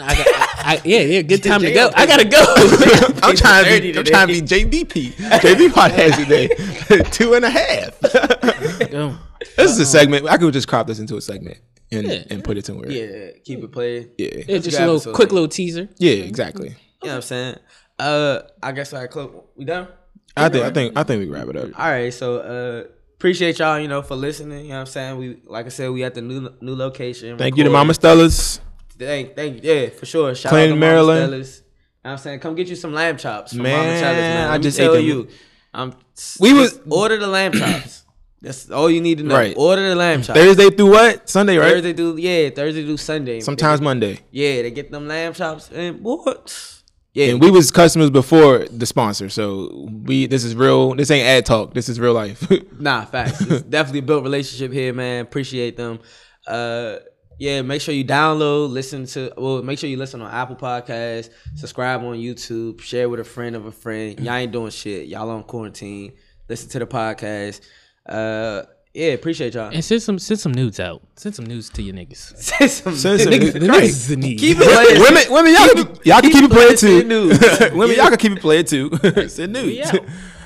I, got, I, I- yeah, yeah, good time to Jay go. on I gotta go. I'm trying to be, dirty I'm trying to be JBP. JB podcast today. Two and a half. Um, this Uh-huh. is a segment. I could just crop this into a segment and, Yeah. and put it somewhere. yeah, keep it playing. Yeah. yeah, Yeah, just good a little episode, quick man. little teaser. exactly. You know what I'm saying? Uh, I guess I close. We done? I think I think I think we can wrap it up. All right. So, uh, appreciate y'all, you know, for listening. You know what I'm saying? We, like I said, we at the new new location. Thank you to recording. Mama Stella's. Thank, thank you. Yeah, for sure. Shout Clinton, out to Maryland. Maryland. Stella's. You know what I'm saying, come get you some lamb chops from Mama Man, Stella's, man. I Let me just ate tell them. you, I'm. We We was- was order the lamb chops. That's all you need to know. Right. Order the lamb chops. Thursday through what? Sunday, right? Thursday through yeah, Thursday through Sunday. Sometimes Monday. Yeah, they get them lamb chops and what? Yeah, And we was customers before the sponsor, so we this is real. This ain't ad talk. This is real life. nah, facts. It's definitely a built relationship here, man. Appreciate them. Uh, yeah, make sure you download, listen to. Well, make sure you listen on Apple Podcasts, subscribe on YouTube, share with a friend of a friend. Y'all ain't doing shit. Y'all on quarantine. Listen to the podcast. Uh, yeah, appreciate y'all. And send some send some nudes out. Send some nudes to your niggas. Send some- Send some- Niggas- The Right. niggas is in need. Keep it playing. women, women, y'all, keep can, it- y'all can keep keep it it playing playing, too. send nudes. women, Yeah. y'all can keep it playing too. Send nudes. out.